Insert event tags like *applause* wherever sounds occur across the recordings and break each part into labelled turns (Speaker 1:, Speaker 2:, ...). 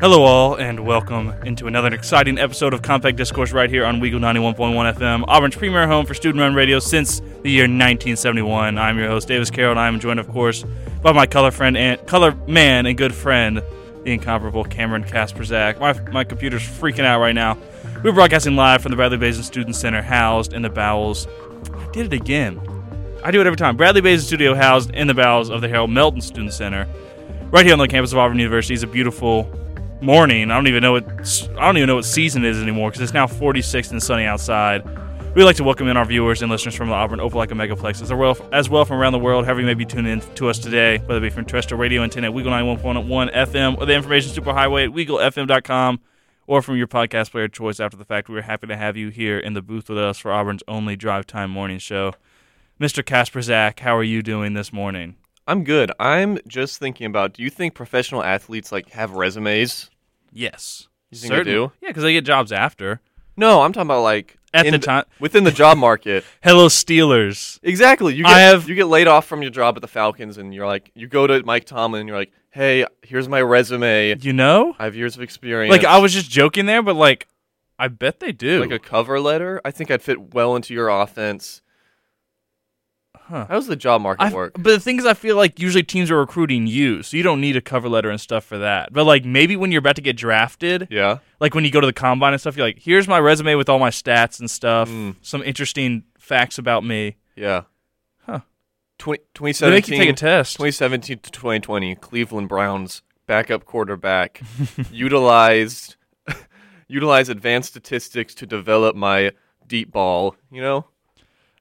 Speaker 1: Hello, all, and welcome into another exciting episode of Compact Discourse right here on Weagle 91.1 FM, Auburn's premier home for student run radio since the year 1971. I'm your host, Davis Carroll, and I'm joined, of course, by my color friend and color man and good friend, the incomparable Cameron Kasperzak. My, my computer's freaking out right now. We're broadcasting live from the Bradley Basin Student Center, housed in the bowels. I did it again. I do it every time. Bradley Basin Studio, housed in the bowels of the Harold Melton Student Center, right here on the campus of Auburn University. It's a beautiful morning. I don't even know what I don't even know what season it is anymore because it's now 46 and sunny outside. We'd like to welcome in our viewers and listeners from the Auburn Opelika Megaplex as well, as well from around the world, however you may be tuning in to us today, whether it be from terrestrial radio antenna at Weagle 91.1 FM or the information superhighway at WeagleFM.com or from your podcast player of choice after the fact. We are happy to have you here in the booth with us for Auburn's only drive time morning show. Mr. Casper Zach, how are you doing this morning?
Speaker 2: I'm good. I'm just thinking about. Do you think professional athletes like have resumes?
Speaker 1: Yes.
Speaker 2: You think they do?
Speaker 1: Yeah, because they get jobs after.
Speaker 2: No, I'm talking about like
Speaker 1: At
Speaker 2: in
Speaker 1: the time-
Speaker 2: within the job
Speaker 1: *laughs*
Speaker 2: market.
Speaker 1: Hello, Steelers.
Speaker 2: Exactly. You get,
Speaker 1: I have-
Speaker 2: you get laid off from your job at the Falcons, and you're like, you go to Mike Tomlin, and you're like, hey, here's my resume.
Speaker 1: You know?
Speaker 2: I have years of experience.
Speaker 1: Like I was just joking there, but like I bet they do.
Speaker 2: like a cover letter. I think I'd fit well into your offense.
Speaker 1: Huh.
Speaker 2: How's the job market
Speaker 1: I-
Speaker 2: work?
Speaker 1: But the thing is, I feel like usually teams are recruiting you, so you don't need a cover letter and stuff for that. But like maybe when you're about to get drafted,
Speaker 2: Yeah.
Speaker 1: like when you go to the combine and stuff, you're like, here's my resume with all my stats and stuff,
Speaker 2: Mm.
Speaker 1: some interesting facts about me.
Speaker 2: Yeah.
Speaker 1: Huh.
Speaker 2: Twen-
Speaker 1: They make you
Speaker 2: 2017.
Speaker 1: take a test.
Speaker 2: 2017 to 2020, Cleveland Browns backup quarterback *laughs* utilized *laughs* utilized advanced statistics to develop my deep ball. You know,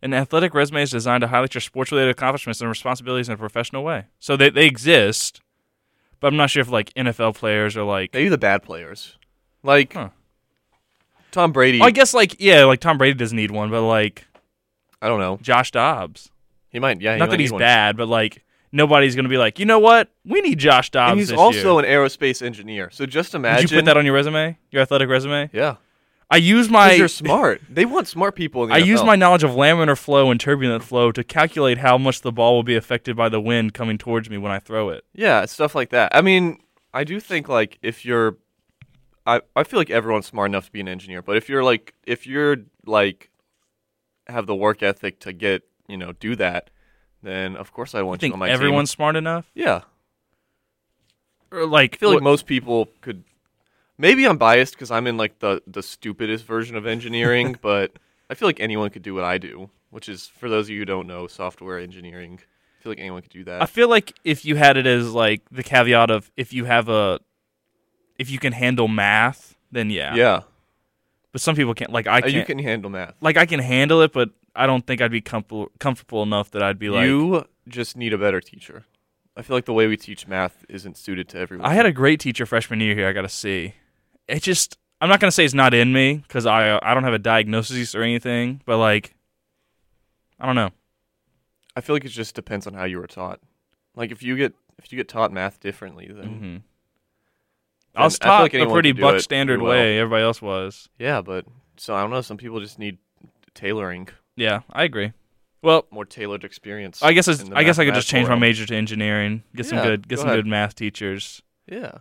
Speaker 1: An athletic resume is designed to highlight your sports related accomplishments and responsibilities in a professional way. So they, they exist, but I'm not sure if like NFL players are like.
Speaker 2: maybe the bad players, like
Speaker 1: Huh.
Speaker 2: Tom Brady.
Speaker 1: Oh, I guess like yeah, like Tom Brady doesn't need one, but like
Speaker 2: I don't know.
Speaker 1: Josh Dobbs.
Speaker 2: He might. Yeah. he
Speaker 1: not
Speaker 2: might
Speaker 1: that
Speaker 2: need
Speaker 1: he's
Speaker 2: one.
Speaker 1: bad, but like nobody's gonna be like, you know what? We need Josh Dobbs.
Speaker 2: And he's
Speaker 1: this
Speaker 2: also
Speaker 1: year.
Speaker 2: an aerospace engineer. So just imagine.
Speaker 1: Did you put that on your resume? Your athletic resume?
Speaker 2: Yeah.
Speaker 1: I use
Speaker 2: Because
Speaker 1: my
Speaker 2: they're smart. Oh. They want smart people in
Speaker 1: *laughs*
Speaker 2: the
Speaker 1: I use
Speaker 2: NFL.
Speaker 1: my knowledge of laminar flow and turbulent flow to calculate how much the ball will be affected by the wind coming towards me when I throw it.
Speaker 2: Yeah, stuff like that. I mean, I do think like if you're I I feel like everyone's smart enough to be an engineer, but if you're like if you're like have the work ethic to get, you know, do that, then of course I
Speaker 1: I
Speaker 2: want you
Speaker 1: think
Speaker 2: on my
Speaker 1: everyone's smart enough.
Speaker 2: team. Yeah. I
Speaker 1: Or like,
Speaker 2: feel like
Speaker 1: wh-
Speaker 2: most people could Maybe I'm biased cuz I'm in like the the stupidest version
Speaker 1: *laughs*
Speaker 2: of engineering, but I feel like anyone could do what I do, which is for those of you who don't know software engineering. I feel like anyone could do that.
Speaker 1: I feel like if you had it as like the caveat of if you have a if you can handle math, then yeah.
Speaker 2: yeah.
Speaker 1: But some people can't. Like I
Speaker 2: Uh,
Speaker 1: can't.
Speaker 2: you can handle math.
Speaker 1: like I can handle it, but I don't think I'd be comfortable comfortable enough that I'd be like.
Speaker 2: you just need a better teacher. I feel like the way we teach math isn't suited to everyone.
Speaker 1: I had a great teacher freshman year here. I got to see. It just I'm not gonna say it's not in me because I I don't have a diagnosis or anything, but like I don't know.
Speaker 2: I feel like it just depends on how you were taught. Like if you get if you get taught math differently, then
Speaker 1: hmm I was
Speaker 2: Mm-hmm. I feel
Speaker 1: taught
Speaker 2: like
Speaker 1: the
Speaker 2: anyone
Speaker 1: pretty
Speaker 2: could do
Speaker 1: buck
Speaker 2: it
Speaker 1: standard
Speaker 2: pretty well.
Speaker 1: way. Everybody else was.
Speaker 2: yeah. But so I don't know. Some people just need tailoring,
Speaker 1: Yeah, I agree. Well,
Speaker 2: more tailored experience.
Speaker 1: I guess it's,
Speaker 2: in the
Speaker 1: I guess I could
Speaker 2: mathematical
Speaker 1: just change
Speaker 2: realm.
Speaker 1: my major to engineering. Get some
Speaker 2: Yeah,
Speaker 1: good get
Speaker 2: go
Speaker 1: some
Speaker 2: ahead.
Speaker 1: good math teachers.
Speaker 2: Yeah.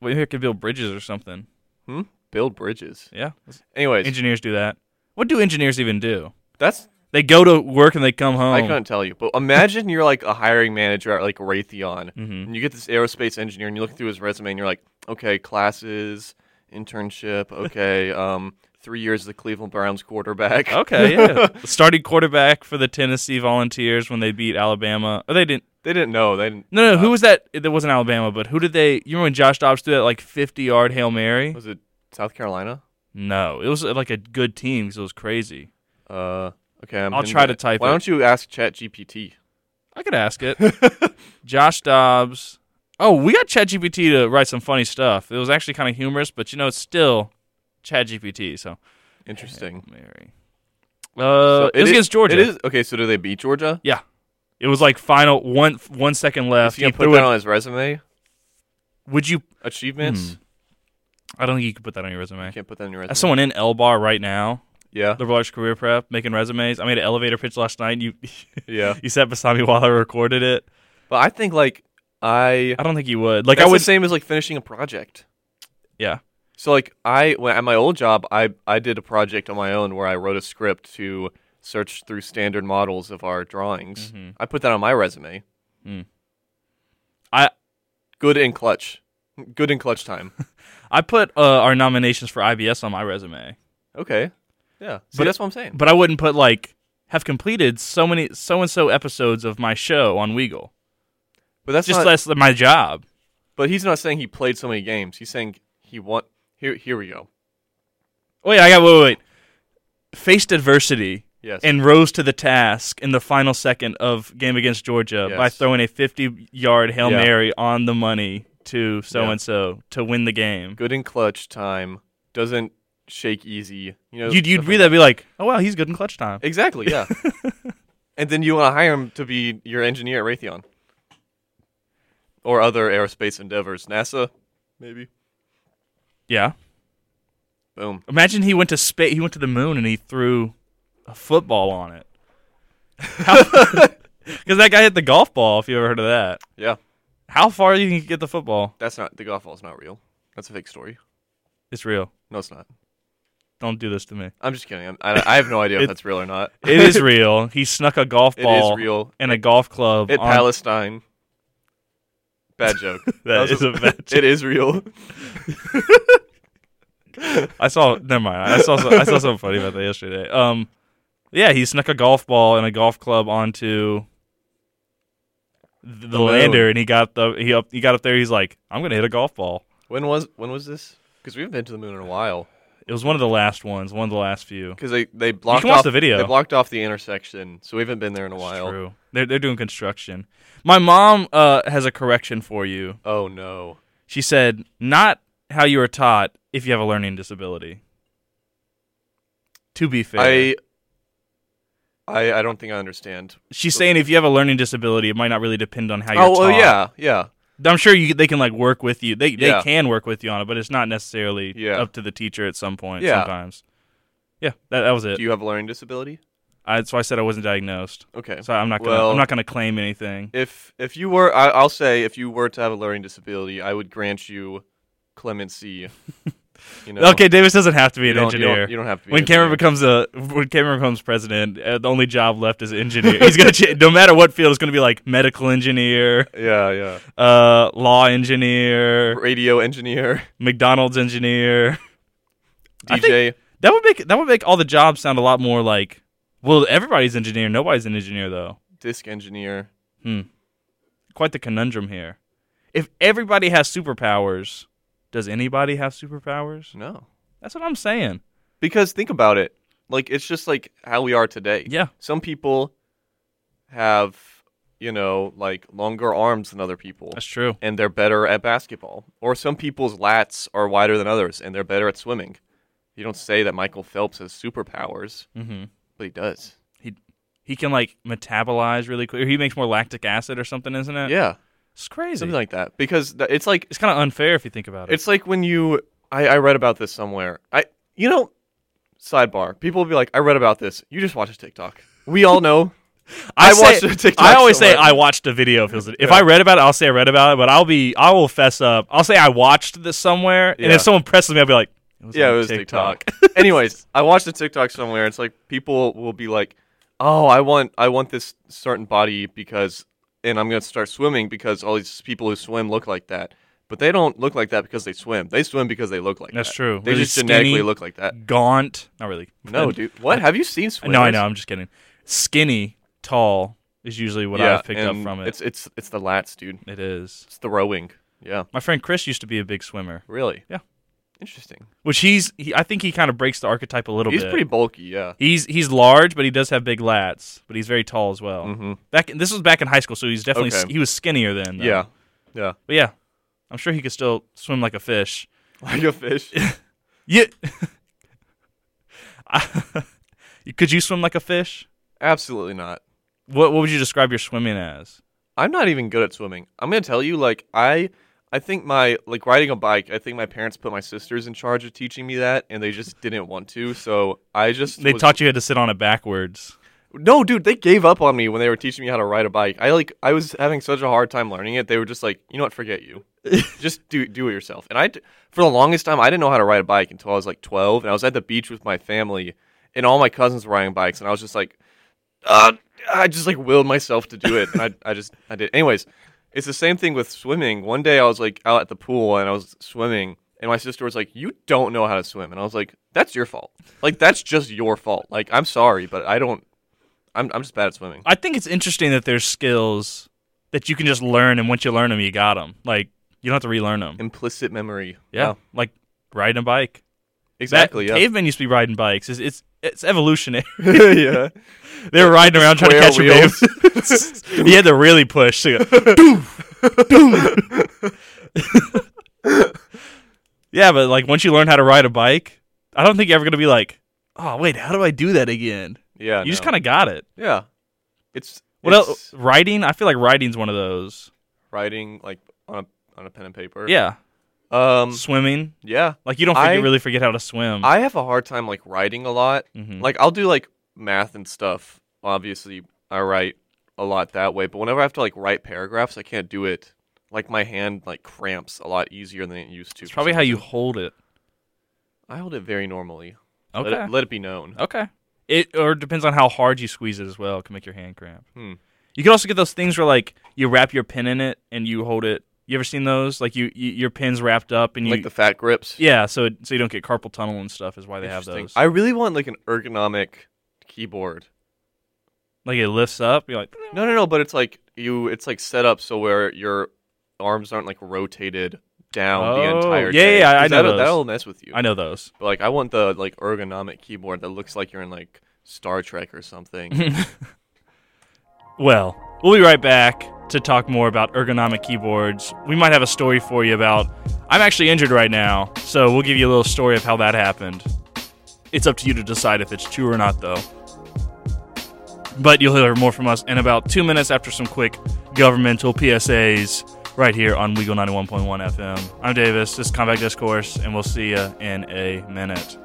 Speaker 1: Well, maybe I could build bridges or something.
Speaker 2: Hmm. Build bridges.
Speaker 1: Yeah,
Speaker 2: Anyways,
Speaker 1: engineers do that. What do engineers even do?
Speaker 2: that's
Speaker 1: They go to work and they come home.
Speaker 2: I couldn't tell you. But imagine you're like a hiring manager at like Raytheon,
Speaker 1: Mhm.
Speaker 2: and you get this aerospace engineer, and you look through his resume, and you're like, okay, classes,
Speaker 1: *laughs*
Speaker 2: internship, okay, um, three years as the Cleveland Browns
Speaker 1: *laughs*
Speaker 2: quarterback.
Speaker 1: Okay, yeah. Starting quarterback for the Tennessee Volunteers when they beat Alabama. Or they didn't.
Speaker 2: *laughs* they didn't know. They didn't.
Speaker 1: No, no. Who was that? That wasn't Alabama, but who did they? You remember when Josh Dobbs threw that like 50 yard hail mary?
Speaker 2: Was it South Carolina?
Speaker 1: No, it was uh, like a good team because it was crazy.
Speaker 2: Uh, okay. I'm
Speaker 1: I'll
Speaker 2: in
Speaker 1: try
Speaker 2: the-
Speaker 1: to type
Speaker 2: Why
Speaker 1: it.
Speaker 2: don't you ask Chat GPT?
Speaker 1: I could ask
Speaker 2: *laughs*
Speaker 1: it. Josh Dobbs. Oh, we got ChatGPT to write some funny stuff. It was actually kind of humorous, but you know, it's still ChatGPT. So
Speaker 2: Interesting.
Speaker 1: Mary. Uh,
Speaker 2: So
Speaker 1: it, was
Speaker 2: i-
Speaker 1: against Georgia.
Speaker 2: It is okay. So do they beat Georgia?
Speaker 1: Yeah, it was like final one one second
Speaker 2: Is
Speaker 1: left.
Speaker 2: he
Speaker 1: He
Speaker 2: gonna put
Speaker 1: threw
Speaker 2: that
Speaker 1: it.
Speaker 2: on his resume?
Speaker 1: Would you Hmm,
Speaker 2: Achievements?
Speaker 1: I don't think you could put that on your resume.
Speaker 2: Can't put that on your resume.
Speaker 1: As someone in L bar right now,
Speaker 2: yeah.
Speaker 1: liberal arts career prep, making resumes. I made an elevator pitch last night. And you, *laughs*
Speaker 2: Yeah.
Speaker 1: you sat beside me while I recorded it.
Speaker 2: But I think like I
Speaker 1: I don't think you would. Like
Speaker 2: that's
Speaker 1: I would.
Speaker 2: the same as like finishing a project.
Speaker 1: yeah.
Speaker 2: So like I when, at my old job, I I did a project on my own where I wrote a script to search through standard models of our drawings.
Speaker 1: Mm-hmm.
Speaker 2: I put that on my resume.
Speaker 1: I
Speaker 2: Good in clutch. Good in clutch
Speaker 1: *laughs*
Speaker 2: time.
Speaker 1: I put uh, our nominations for IBS on my resume,
Speaker 2: okay. Yeah. So
Speaker 1: But-
Speaker 2: that's what I'm saying.
Speaker 1: but I wouldn't put like have completed so many so and so episodes of my show on Weagle.
Speaker 2: But that's
Speaker 1: Just
Speaker 2: not,
Speaker 1: that's my job.
Speaker 2: But he's not saying he played so many games. He's saying he won. Here, here we go.
Speaker 1: Wait, Oh, I got wait, wait. wait. Faced adversity
Speaker 2: Yes.
Speaker 1: and rose to the task in the final second of game against Georgia by
Speaker 2: Yes.
Speaker 1: throwing a 50-yard hail
Speaker 2: Yeah.
Speaker 1: mary on the money to so and so to win the game.
Speaker 2: good in clutch time doesn't shake easy. You know.
Speaker 1: You'd you'd
Speaker 2: stuff
Speaker 1: read that and
Speaker 2: like
Speaker 1: be like, oh wow, he's good in clutch time.
Speaker 2: Exactly. *laughs* Yeah. and then you want to hire him to be your engineer at Raytheon or other aerospace endeavors, NASA, maybe.
Speaker 1: Yeah.
Speaker 2: Boom.
Speaker 1: Imagine he went to space. He went to the moon and he threw a football on it. *laughs* Because that guy hit the golf ball. If you ever heard of that,
Speaker 2: Yeah.
Speaker 1: how far you can get the football?
Speaker 2: That's not the golf ball's not real. That's a fake story.
Speaker 1: It's real.
Speaker 2: No, it's not.
Speaker 1: Don't do this to me.
Speaker 2: I'm just kidding. I'm, I, I have no idea
Speaker 1: It-
Speaker 2: if that's real or *laughs* not.
Speaker 1: It is real. He snuck a golf
Speaker 2: It is
Speaker 1: ball
Speaker 2: real.
Speaker 1: and a golf club.
Speaker 2: at
Speaker 1: on-
Speaker 2: Palestine. Bad *laughs* joke.
Speaker 1: That
Speaker 2: was
Speaker 1: is a bad
Speaker 2: It is real.
Speaker 1: I saw. Never mind. I saw. Some, I saw something funny about that yesterday. Um, yeah, he snuck a golf ball and a golf club onto the,
Speaker 2: Oh,
Speaker 1: the lander, and he got the he up he got up there. He's like, I'm gonna hit a golf ball.
Speaker 2: *laughs* When was when was this? Because we haven't been to the moon in a while.
Speaker 1: It was one of the last ones, one of the last few.
Speaker 2: Because they they blocked
Speaker 1: can watch
Speaker 2: off
Speaker 1: the video.
Speaker 2: They blocked off the intersection, so we haven't been there in a
Speaker 1: It's
Speaker 2: while.
Speaker 1: true. They're they're doing construction. My mom uh, has a correction for you.
Speaker 2: Oh no.
Speaker 1: She said, "Not how you were taught. If you have a learning disability." To be fair,
Speaker 2: I, I I don't think I understand.
Speaker 1: she's saying if you have a learning disability, it might not really depend on how you're
Speaker 2: oh
Speaker 1: taught.
Speaker 2: well, yeah, yeah,
Speaker 1: I'm sure you they can like work with you. They they
Speaker 2: Yeah.
Speaker 1: can work with you on it, but it's not necessarily
Speaker 2: Yeah.
Speaker 1: up to the teacher at some point.
Speaker 2: Yeah.
Speaker 1: Sometimes. Yeah, that that was it.
Speaker 2: Do you have a learning disability?
Speaker 1: I, so I said I wasn't diagnosed.
Speaker 2: Okay.
Speaker 1: So I'm not gonna
Speaker 2: Well-
Speaker 1: I'm not gonna claim anything.
Speaker 2: If if you were, I, I'll say if you were to have a learning disability, I would grant you clemency.
Speaker 1: *laughs*
Speaker 2: You know.
Speaker 1: Okay, Davis doesn't have to be
Speaker 2: You
Speaker 1: an
Speaker 2: don't- you
Speaker 1: engineer.
Speaker 2: don't- you don't have to be an
Speaker 1: When Cameron
Speaker 2: engineer.
Speaker 1: becomes a when Cameron becomes president, uh, the only job left is engineer. He's gonna ch- no matter what field, it's gonna be like medical engineer,
Speaker 2: Yeah, yeah.
Speaker 1: uh, law engineer,
Speaker 2: Radio engineer,
Speaker 1: McDonald's engineer. I think-
Speaker 2: DJ.
Speaker 1: That would make that would make all the jobs sound a lot more like. Well, everybody's engineer. Nobody's an engineer though.
Speaker 2: disc engineer.
Speaker 1: quite the conundrum here. If everybody has superpowers, does anybody have superpowers?
Speaker 2: No.
Speaker 1: That's what I'm saying.
Speaker 2: Because think about it. Like it's just like how we are today.
Speaker 1: Yeah.
Speaker 2: Some people have, you know, like longer arms than other people
Speaker 1: That's true.
Speaker 2: and they're better at basketball. Or some people's lats are wider than others and they're better at swimming. You don't say that Michael Phelps has superpowers,
Speaker 1: hmm
Speaker 2: but he does.
Speaker 1: He he can like metabolize really quick. He makes more lactic acid or something, isn't it?
Speaker 2: Yeah.
Speaker 1: it's crazy.
Speaker 2: Something like that. Because th- it's like
Speaker 1: it's kind of unfair if you think about it.
Speaker 2: It's like when you I, I read about this somewhere. I you know, sidebar. People will be like, I read about this. You just watch a TikTok. We all know. I
Speaker 1: say-
Speaker 2: watched a TikTok
Speaker 1: I always say
Speaker 2: somewhere.
Speaker 1: I watched a video. If, it was, if I read about it, I'll say I read about it. But I'll be I will fess up. I'll say I watched this somewhere, and
Speaker 2: Yeah.
Speaker 1: if someone presses me, I'll be like, it was
Speaker 2: yeah,
Speaker 1: on
Speaker 2: it was
Speaker 1: TikTok. *laughs*
Speaker 2: TikTok. Anyways, I watched a TikTok somewhere. It's like people will be like, "Oh, I want I want this certain body because and I'm going to start swimming because all these people who swim look like that." But they don't look like that because they swim. They swim because they look like
Speaker 1: That's
Speaker 2: that.
Speaker 1: true.
Speaker 2: They
Speaker 1: Really
Speaker 2: just genetically
Speaker 1: skinny.
Speaker 2: look like that.
Speaker 1: Gaunt, not really.
Speaker 2: No, dude. What? Have you seen swimmers?
Speaker 1: No, I know. I'm just kidding. Skinny, tall is usually what
Speaker 2: yeah,
Speaker 1: I've picked up
Speaker 2: and
Speaker 1: from it.
Speaker 2: It's it's it's the lats, dude.
Speaker 1: it is.
Speaker 2: It's the rowing. Yeah.
Speaker 1: My friend Chris used to be a big swimmer,
Speaker 2: Really?
Speaker 1: Yeah.
Speaker 2: Interesting.
Speaker 1: which he's. He, I think he kind of breaks the archetype a little
Speaker 2: He's
Speaker 1: bit.
Speaker 2: pretty bulky, yeah.
Speaker 1: He's he's large, but he does have big lats. But he's very tall as well.
Speaker 2: Mhm.
Speaker 1: Back in- this was back in high school, so he's definitely s
Speaker 2: Okay.
Speaker 1: he was skinnier then. though.
Speaker 2: Yeah. Yeah.
Speaker 1: but yeah, I'm sure he could still swim like a fish.
Speaker 2: *laughs* Like
Speaker 1: *laughs*
Speaker 2: a fish.
Speaker 1: Yeah. I- *laughs* could you swim like a fish?
Speaker 2: Absolutely not.
Speaker 1: What what would you describe your swimming as?
Speaker 2: I'm not even good at swimming. I'm gonna tell you, like I I think my like riding a bike, I think my parents put my sisters in charge of teaching me that and they just didn't want to, so I just
Speaker 1: They
Speaker 2: was-
Speaker 1: taught you how to sit on it backwards.
Speaker 2: No, dude, they gave up on me when they were teaching me how to ride a bike. I like I was having such a hard time learning it. They were just like, "You know what? Forget you. just do do it yourself." And I d- for the longest time, I didn't know how to ride a bike until I was like 12, and I was at the beach with my family and all my cousins were riding bikes and I was just like uh, I just like willed myself to do it and I I just I did. Anyways, it's the same thing with swimming. One day I was like out at the pool and I was swimming and my sister was like, "You don't know how to swim." And I was like, "That's your fault. Like that's just your fault. Like I'm sorry, but I don't I'm I'm just bad at swimming."
Speaker 1: I think it's interesting that there's skills that you can just learn, and once you learn them, you got them. Like you don't have to relearn them.
Speaker 2: Implicit memory.
Speaker 1: Yeah,
Speaker 2: Wow.
Speaker 1: like riding a bike.
Speaker 2: Exactly.
Speaker 1: That,
Speaker 2: yeah.
Speaker 1: Cavemen used to be riding bikes. It's it's, it's evolutionary.
Speaker 2: *laughs*
Speaker 1: *laughs*
Speaker 2: yeah.
Speaker 1: they were riding around trying to catch a
Speaker 2: Square
Speaker 1: wave. *laughs* you had to really push.
Speaker 2: *laughs*
Speaker 1: To go, *laughs* yeah, but like once you learn how to ride a bike, I don't think you're ever gonna be like, oh wait, how do I do that again?
Speaker 2: Yeah.
Speaker 1: You just
Speaker 2: no.
Speaker 1: kind of got it.
Speaker 2: Yeah. It's
Speaker 1: What
Speaker 2: it's
Speaker 1: else? Writing. I feel like writing's one of those.
Speaker 2: Writing like on a on a pen and paper.
Speaker 1: Yeah.
Speaker 2: Um
Speaker 1: Swimming.
Speaker 2: yeah.
Speaker 1: Like you don't think
Speaker 2: I-
Speaker 1: you really forget how to swim.
Speaker 2: I have a hard time like writing a lot. *laughs*
Speaker 1: Mhm.
Speaker 2: Like I'll do like math and stuff. Obviously, I write a lot that way, but whenever I have to like write paragraphs, I can't do it. Like my hand like cramps a lot easier than it used to.
Speaker 1: it's probably how you hold it.
Speaker 2: I hold it very normally.
Speaker 1: Okay.
Speaker 2: Let it, let it be known.
Speaker 1: Okay. It or it depends on how hard you squeeze it as well. It can make your hand cramp.
Speaker 2: Hmm.
Speaker 1: You can also get those things where like you wrap your pen in it and you hold it. You ever seen those? Like you, you your pen's wrapped up and you
Speaker 2: Like the fat
Speaker 1: *laughs*
Speaker 2: grips.
Speaker 1: yeah, so it, so you don't get carpal tunnel and stuff is why they have
Speaker 2: Interesting.
Speaker 1: those.
Speaker 2: I really want like an ergonomic keyboard.
Speaker 1: like it lifts up. You're
Speaker 2: *laughs*
Speaker 1: like
Speaker 2: No, no, no. But it's like you. It's like set up so where your arms aren't like rotated down the
Speaker 1: Oh,
Speaker 2: entire.
Speaker 1: yeah,
Speaker 2: day.
Speaker 1: yeah, I
Speaker 2: 'Cause
Speaker 1: know
Speaker 2: that'll,
Speaker 1: those.
Speaker 2: that'll mess with you.
Speaker 1: I know those.
Speaker 2: But like, I want the like ergonomic keyboard that looks like you're in like Star Trek
Speaker 1: *laughs*
Speaker 2: or something.
Speaker 1: Well, we'll be right back to talk more about ergonomic keyboards. We might have a story for you about. I'm actually injured right now, so we'll give you a little story of how that happened. It's up to you to decide if it's true or not, though. But you'll hear more from us in about two minutes after some quick governmental PSAs right here on Weagle 91.1 FM. I'm Davis, this is Combat Discourse, and we'll see you in a minute.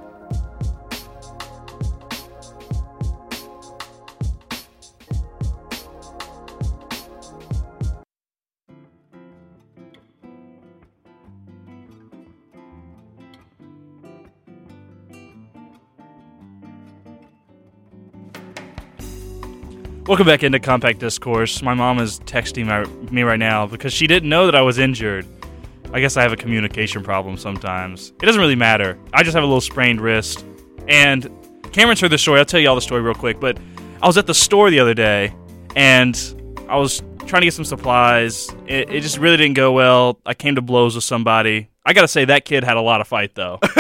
Speaker 1: Welcome back into Compact Discourse. My mom is texting my, me right now because she didn't know that I was injured. I guess I have a communication problem sometimes. It doesn't really matter. I just have a little sprained wrist. And Cameron's heard the story. I'll tell you all the story real quick. But I was at the store the other day and I was trying to get some supplies. It, it just really didn't go well. I came to blows with somebody. I got to say, that kid had a lot of fight, though. *laughs*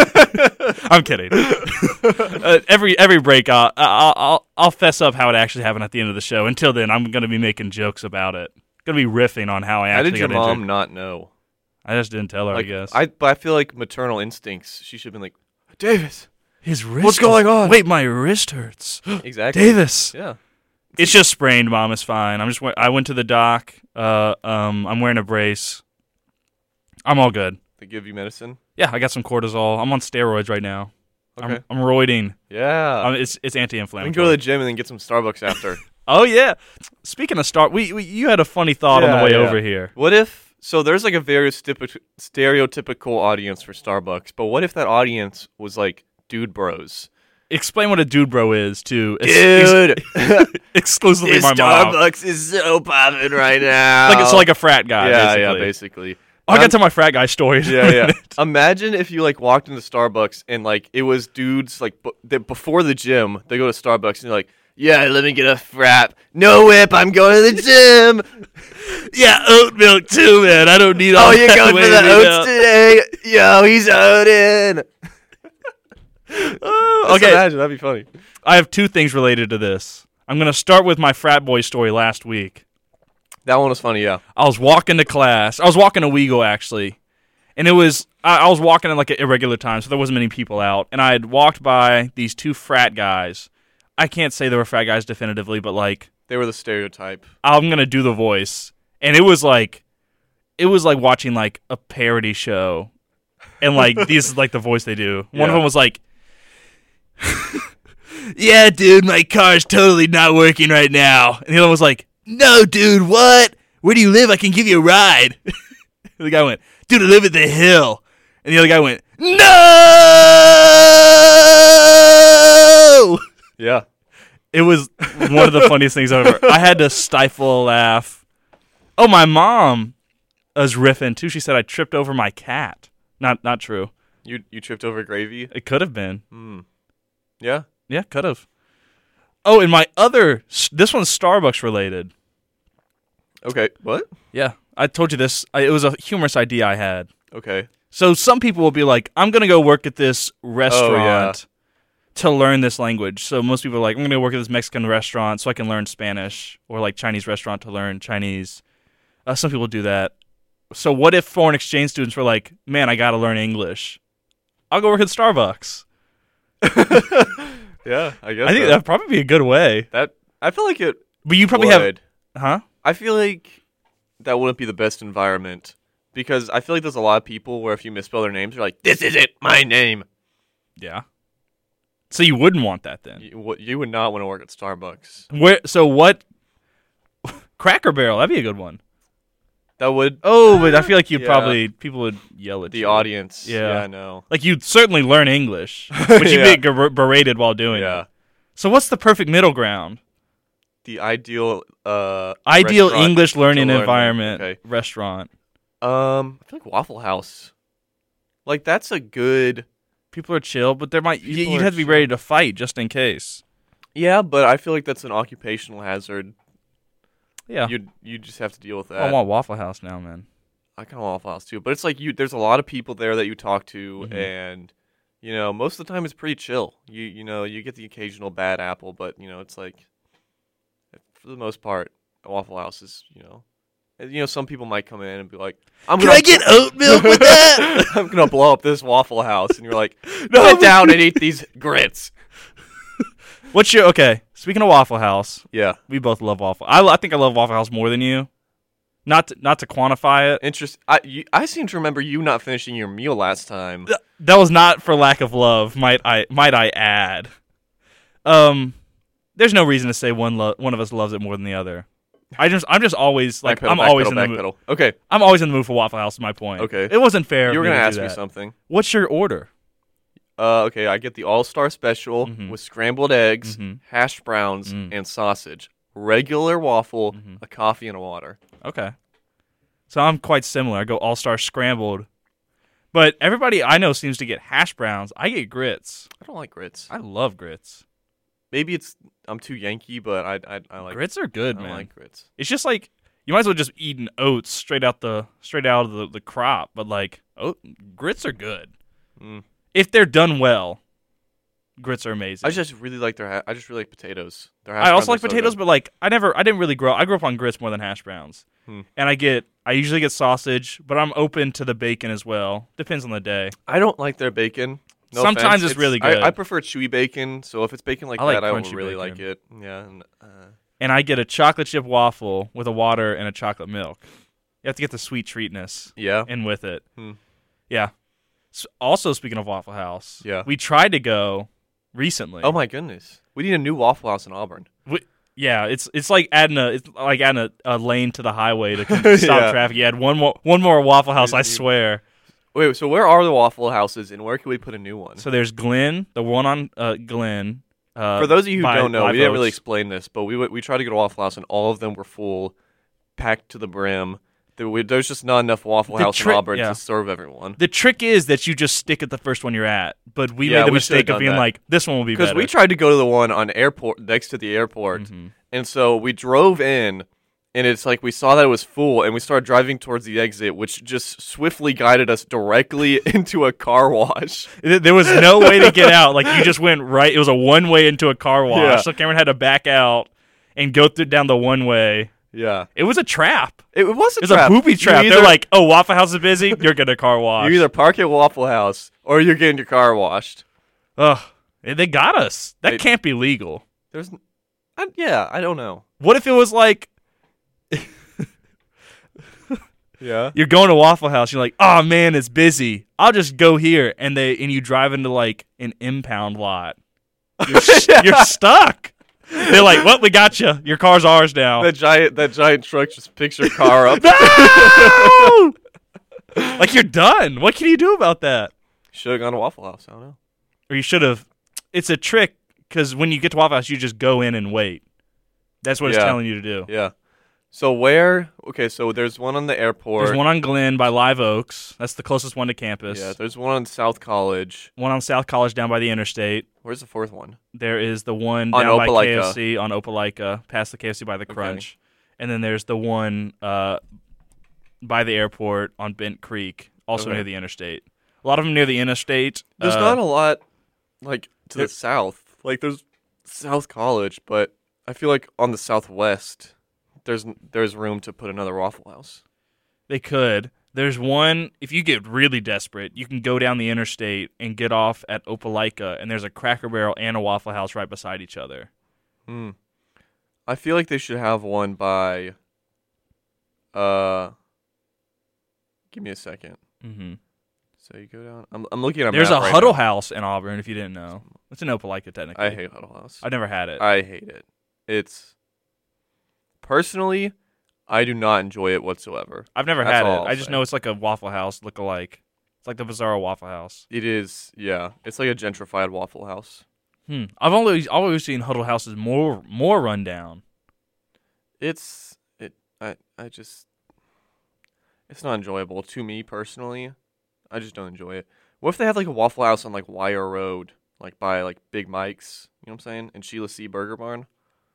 Speaker 1: I'm
Speaker 2: *laughs*
Speaker 1: kidding. uh, every every break, I'll, I'll I'll I'll fess up how it actually happened at the end of the show. Until then, I'm gonna be making jokes about it. Gonna be riffing on how I
Speaker 2: How
Speaker 1: actually
Speaker 2: did your
Speaker 1: got
Speaker 2: mom
Speaker 1: injured.
Speaker 2: not know?
Speaker 1: I just didn't tell her.
Speaker 2: Like,
Speaker 1: I guess
Speaker 2: I but I feel like maternal instincts. She should have been like,
Speaker 1: *gasps*
Speaker 2: Davis.
Speaker 1: his wrist.
Speaker 2: What's going
Speaker 1: is-
Speaker 2: on?
Speaker 1: Wait, my wrist
Speaker 2: *gasps*
Speaker 1: hurts.
Speaker 2: Exactly.
Speaker 1: Davis,
Speaker 2: Yeah.
Speaker 1: it's just sprained. Mom is fine. I'm just. we- I went to the doc. Uh, um, I'm wearing a brace. I'm all good.
Speaker 2: They give you medicine.
Speaker 1: Yeah, I got some cortisol. I'm on steroids right now.
Speaker 2: Okay.
Speaker 1: I'm, I'm roiding.
Speaker 2: yeah.
Speaker 1: Um, it's it's
Speaker 2: we
Speaker 1: anti-inflammatory.
Speaker 2: can go to the gym and then get some
Speaker 1: *laughs*
Speaker 2: Starbucks after.
Speaker 1: Oh yeah. Speaking of Star, we, we you had a funny thought on
Speaker 2: Yeah,
Speaker 1: the way
Speaker 2: yeah.
Speaker 1: over here.
Speaker 2: What if so? There's like a very stereotyp- stereotypical audience for Starbucks, but what if that audience was like dude bros?
Speaker 1: Explain what a dude bro is to ex- *laughs*
Speaker 2: *laughs*
Speaker 1: exclusively
Speaker 2: this
Speaker 1: my mom.
Speaker 2: is so
Speaker 1: *laughs*
Speaker 2: popping right now.
Speaker 1: Like it's like a frat guy.
Speaker 2: Oh.
Speaker 1: basically.
Speaker 2: yeah,
Speaker 1: Oh,
Speaker 2: yeah, basically.
Speaker 1: I'll get to my frat guy story.
Speaker 2: yeah,
Speaker 1: *laughs*
Speaker 2: yeah. Imagine if you like walked into Starbucks and like it was dudes like b- that before the gym. They go to Starbucks and they're like, "Yeah, let me get a frap. No whip. I'm going to the gym.
Speaker 1: yeah, oat milk too, man. I don't need all
Speaker 2: Oh, you're *laughs*
Speaker 1: that
Speaker 2: going for
Speaker 1: wavy
Speaker 2: the
Speaker 1: milk.
Speaker 2: oats today. Yo, he's *laughs* Odin."
Speaker 1: Oh,
Speaker 2: Just
Speaker 1: okay,
Speaker 2: imagine that'd be funny.
Speaker 1: I have two things related to this. I'm gonna start with my frat boy story last week.
Speaker 2: That one was funny, yeah.
Speaker 1: I was walking to class. I was walking to Weagle actually, and it was I, I was walking at like an irregular time, so there wasn't many people out. And I had walked by these two frat guys. I can't say they were frat guys definitively, but like
Speaker 2: They were the stereotype.
Speaker 1: I'm gonna do the voice, and it was like, it was like watching like a parody show, *laughs* and like this is like the voice they do. One of
Speaker 2: Yeah.
Speaker 1: them was like, *laughs* "Yeah, dude, my car's totally not working right now." And the other one was like, "No, dude, what? Where do you live? I can give you a ride." *laughs* the guy went, "Dude, I live at the hill." And the other guy went, "No!"
Speaker 2: Yeah.
Speaker 1: It was one of the funniest things I've ever. I had to stifle a laugh. Oh, my mom was riffing too. She said I tripped over my cat. Not not true.
Speaker 2: You you tripped over gravy.
Speaker 1: It could have been.
Speaker 2: Yeah.
Speaker 1: Yeah, could have. Oh, and my other this one's Starbucks related.
Speaker 2: Okay. What?
Speaker 1: Yeah, I told you this. I, it was a humorous idea I had.
Speaker 2: Okay.
Speaker 1: So some people will be like, "I'm gonna go work at this restaurant
Speaker 2: Oh, yeah.
Speaker 1: to learn this language." So most people are like, "I'm gonna work at this Mexican restaurant so I can learn Spanish," or like Chinese restaurant to learn Chinese. Uh, some people do that. So what if foreign exchange students were like, "Man, I gotta learn English. I'll go work at Starbucks."
Speaker 2: Yeah. I guess.
Speaker 1: I think
Speaker 2: so.
Speaker 1: that'd probably be a good way.
Speaker 2: that I feel like it
Speaker 1: But you probably
Speaker 2: would.
Speaker 1: have, huh?
Speaker 2: I feel like that wouldn't be the best environment because I feel like there's a lot of people where if you misspell their names, you're like, "This isn't my name."
Speaker 1: Yeah. So you wouldn't want that then.
Speaker 2: You, wou- you would not want to work at Starbucks.
Speaker 1: Where? So what? *laughs* Cracker Barrel. That'd be a good one.
Speaker 2: That would
Speaker 1: Oh,
Speaker 2: *laughs*
Speaker 1: but I feel like you'd
Speaker 2: Yeah.
Speaker 1: probably people would yell at
Speaker 2: the
Speaker 1: you.
Speaker 2: audience.
Speaker 1: Yeah.
Speaker 2: I know.
Speaker 1: Like you'd certainly learn
Speaker 2: *laughs*
Speaker 1: English, but you'd
Speaker 2: Yeah.
Speaker 1: be ger- berated while doing
Speaker 2: Yeah.
Speaker 1: it. So what's the perfect middle ground?
Speaker 2: The ideal uh
Speaker 1: Ideal
Speaker 2: restaurant
Speaker 1: English
Speaker 2: to
Speaker 1: learning
Speaker 2: learn in.
Speaker 1: environment
Speaker 2: Okay.
Speaker 1: restaurant.
Speaker 2: Um, I feel like Waffle House. Like that's a good.
Speaker 1: People are chill, but there might y-
Speaker 2: People
Speaker 1: you'd
Speaker 2: are
Speaker 1: have to be
Speaker 2: chill.
Speaker 1: ready to fight just in case.
Speaker 2: Yeah, but I feel like that's an occupational hazard.
Speaker 1: Yeah,
Speaker 2: You you just have to deal with that.
Speaker 1: I want Waffle House now, man.
Speaker 2: I kind of want Waffle House too, but it's like you. There's a lot of people there that you talk to,
Speaker 1: Mm-hmm.
Speaker 2: and you know most of the time it's pretty chill. You you know you get the occasional bad apple, but you know it's like for the most part, a Waffle House is you know. and, You know, some people might come in and be like, "I'm gonna,
Speaker 1: oat milk with that?
Speaker 2: *laughs* I'm gonna blow up this Waffle House," and you're like,
Speaker 1: *laughs* No,
Speaker 2: "Sit
Speaker 1: but-
Speaker 2: down and eat these grits."
Speaker 1: *laughs* What's your okay? Speaking of Waffle House,
Speaker 2: Yeah,
Speaker 1: we both love Waffle. I, I think I love Waffle House more than you. Not to, not to quantify it.
Speaker 2: Interest. I you, I seem to remember you not finishing your meal last time.
Speaker 1: Th- that was not for lack of love. Might I might I add? Um, there's no reason to say one lo- one of us loves it more than the other. I just I'm just always like
Speaker 2: Backpedal,
Speaker 1: I'm always
Speaker 2: backpedal,
Speaker 1: in the mood.
Speaker 2: backpedal. Okay,
Speaker 1: I'm always in the mood for Waffle House. Is my point.
Speaker 2: Okay.
Speaker 1: it wasn't fair.
Speaker 2: you were
Speaker 1: of
Speaker 2: gonna
Speaker 1: to do
Speaker 2: ask me
Speaker 1: that.
Speaker 2: something.
Speaker 1: What's your order?
Speaker 2: Uh, okay, I get the All Star Special with scrambled eggs,
Speaker 1: Mhm.
Speaker 2: hash browns,
Speaker 1: Mm-hmm. Mm. Mm-hmm.
Speaker 2: and sausage. Regular waffle, a coffee, and a water.
Speaker 1: Okay, so I'm quite similar. I go All Star Scrambled, but everybody I know seems to get hash browns. I get grits.
Speaker 2: I don't like grits.
Speaker 1: I love grits.
Speaker 2: Maybe it's I'm too Yankee, but I I, I like
Speaker 1: grits are
Speaker 2: I
Speaker 1: good,
Speaker 2: don't
Speaker 1: man.
Speaker 2: like grits.
Speaker 1: It's just like you might as well just eat an oats straight out the straight out of the, the crop, but like oat grits are good.
Speaker 2: Mm.
Speaker 1: If they're done well, grits are amazing.
Speaker 2: I just really like their. Ha- I just really like potatoes. Their hash
Speaker 1: I also
Speaker 2: browns
Speaker 1: like
Speaker 2: are so
Speaker 1: potatoes,
Speaker 2: good.
Speaker 1: but like I never I didn't really grow I grew up on grits more than hash browns.
Speaker 2: Hmm.
Speaker 1: And I get I usually get sausage, but I'm open to the bacon as well. Depends on the day.
Speaker 2: I don't like their bacon. No
Speaker 1: Sometimes
Speaker 2: offense.
Speaker 1: it's really
Speaker 2: I-
Speaker 1: good.
Speaker 2: I, prefer chewy bacon. So if it's bacon like
Speaker 1: I like
Speaker 2: that, I will
Speaker 1: crunchy
Speaker 2: really
Speaker 1: bacon.
Speaker 2: like it. Yeah. And, uh,
Speaker 1: And I get a chocolate chip waffle with a water and a chocolate milk. You have to get the sweet treatness.
Speaker 2: yeah.
Speaker 1: in with it.
Speaker 2: Hmm.
Speaker 1: Yeah. S also, speaking of Waffle House,
Speaker 2: Yeah.
Speaker 1: we tried to go recently.
Speaker 2: Oh my goodness. We need a new Waffle House in Auburn.
Speaker 1: We, yeah, it's it's like adding a it's like adding a, a lane to the highway
Speaker 2: *laughs*
Speaker 1: to con- stop
Speaker 2: Yeah.
Speaker 1: traffic. You add one more one more Waffle House, I
Speaker 2: you-
Speaker 1: swear.
Speaker 2: Wait. So where are the Waffle Houses, and where can we put a new one?
Speaker 1: So there's Glenn, the one on uh, Glenn. Uh,
Speaker 2: For those of you who
Speaker 1: by
Speaker 2: don't know,
Speaker 1: Live
Speaker 2: we didn't really
Speaker 1: Oaks.
Speaker 2: explain this, but we went- we tried to go to Waffle House and all of them were full, packed to the brim. There we, there's just not enough Waffle
Speaker 1: The
Speaker 2: House
Speaker 1: tri-
Speaker 2: in Auburn
Speaker 1: yeah.
Speaker 2: to serve everyone.
Speaker 1: the trick is that you just stick at the first one you're at. But we
Speaker 2: Yeah,
Speaker 1: made the
Speaker 2: we should've
Speaker 1: mistake of
Speaker 2: done
Speaker 1: being
Speaker 2: that.
Speaker 1: like, this one will be
Speaker 2: Because
Speaker 1: better. Mm-hmm.
Speaker 2: we tried to go to the one on airport next to the airport, and so we drove in, and it's like we saw that it was full, and we started driving towards the exit, which just swiftly guided us directly *laughs* into a car wash.
Speaker 1: Th- There was no way to
Speaker 2: *laughs*
Speaker 1: get out. Like you just went right. It was a one way into a car wash.
Speaker 2: Yeah.
Speaker 1: So Cameron had to back out and go through down the one way.
Speaker 2: Yeah,
Speaker 1: It was a trap.
Speaker 2: it, it was a
Speaker 1: It was
Speaker 2: trap.
Speaker 1: a booby
Speaker 2: You
Speaker 1: trap.
Speaker 2: either-
Speaker 1: They're like, "Oh, Waffle House is busy. You're gonna car wash."
Speaker 2: *laughs* you either park at Waffle House or you're getting your car washed.
Speaker 1: Ugh, They- they got us. That
Speaker 2: They-
Speaker 1: can't be legal.
Speaker 2: There's, n- I, yeah, I don't know.
Speaker 1: What if it was like
Speaker 2: *laughs* Yeah.
Speaker 1: you're going to Waffle House? You're like, "Oh man,
Speaker 2: *laughs*
Speaker 1: it's busy. I'll just go here." And they and you drive into like an impound lot, You're, s- you're stuck. They're like, "What? we got you. Your car's ours now."
Speaker 2: That giant that giant truck just picks your
Speaker 1: *laughs*
Speaker 2: car up.
Speaker 1: No! *laughs* like you're done. What can you do about that?
Speaker 2: Should have gone to Waffle House. I don't know.
Speaker 1: Or you should have. It's a trick because when you get to Waffle House, you just go in and wait. That's what it's
Speaker 2: Yeah.
Speaker 1: telling you to do.
Speaker 2: Yeah. So where? Okay, so there's one on the airport.
Speaker 1: There's one on Glen by Live Oaks. That's the closest one to campus.
Speaker 2: Yeah, there's one on South College.
Speaker 1: One on South College down by the interstate.
Speaker 2: Where's the fourth one?
Speaker 1: There is the one
Speaker 2: On
Speaker 1: down by
Speaker 2: Opelika.
Speaker 1: KFC on Opelika, past the KFC by the Crunch, and then there's the one uh, by the airport on Bent Creek, also
Speaker 2: Okay.
Speaker 1: near the interstate. A lot of them near the interstate.
Speaker 2: There's
Speaker 1: Uh,
Speaker 2: not a lot like to
Speaker 1: there-
Speaker 2: the south. Like there's South College, but I feel like on the southwest there's there's room to put another Waffle House.
Speaker 1: They could. There's one. If you get really desperate, you can go down the interstate and get off at Opelika, and there's a Cracker Barrel and a Waffle House right beside each other.
Speaker 2: Hmm. I feel like they should have one by uh Give me a second.
Speaker 1: Mm-hmm.
Speaker 2: So you go down. I'm I'm looking at
Speaker 1: There's a
Speaker 2: map right
Speaker 1: Huddle
Speaker 2: now.
Speaker 1: House in Auburn. If you didn't know, it's in Opelika technically.
Speaker 2: I hate Huddle House.
Speaker 1: I've never had it.
Speaker 2: I hate it. It's personally, I do not enjoy it whatsoever.
Speaker 1: I've never
Speaker 2: That's
Speaker 1: had it.
Speaker 2: all I'll
Speaker 1: I just
Speaker 2: say.
Speaker 1: know it's like a Waffle House look-alike. It's like the Bizarro Waffle House.
Speaker 2: It is, yeah, it's like a gentrified Waffle House.
Speaker 1: Hmm. I've always always seen Huddle Houses more more rundown.
Speaker 2: It's it. I I just it's not enjoyable to me personally. I just don't enjoy it. What if they had like a Waffle House on like Wire Road, like by like Big Mike's? You know what I'm saying? And Sheila C. Burger Barn.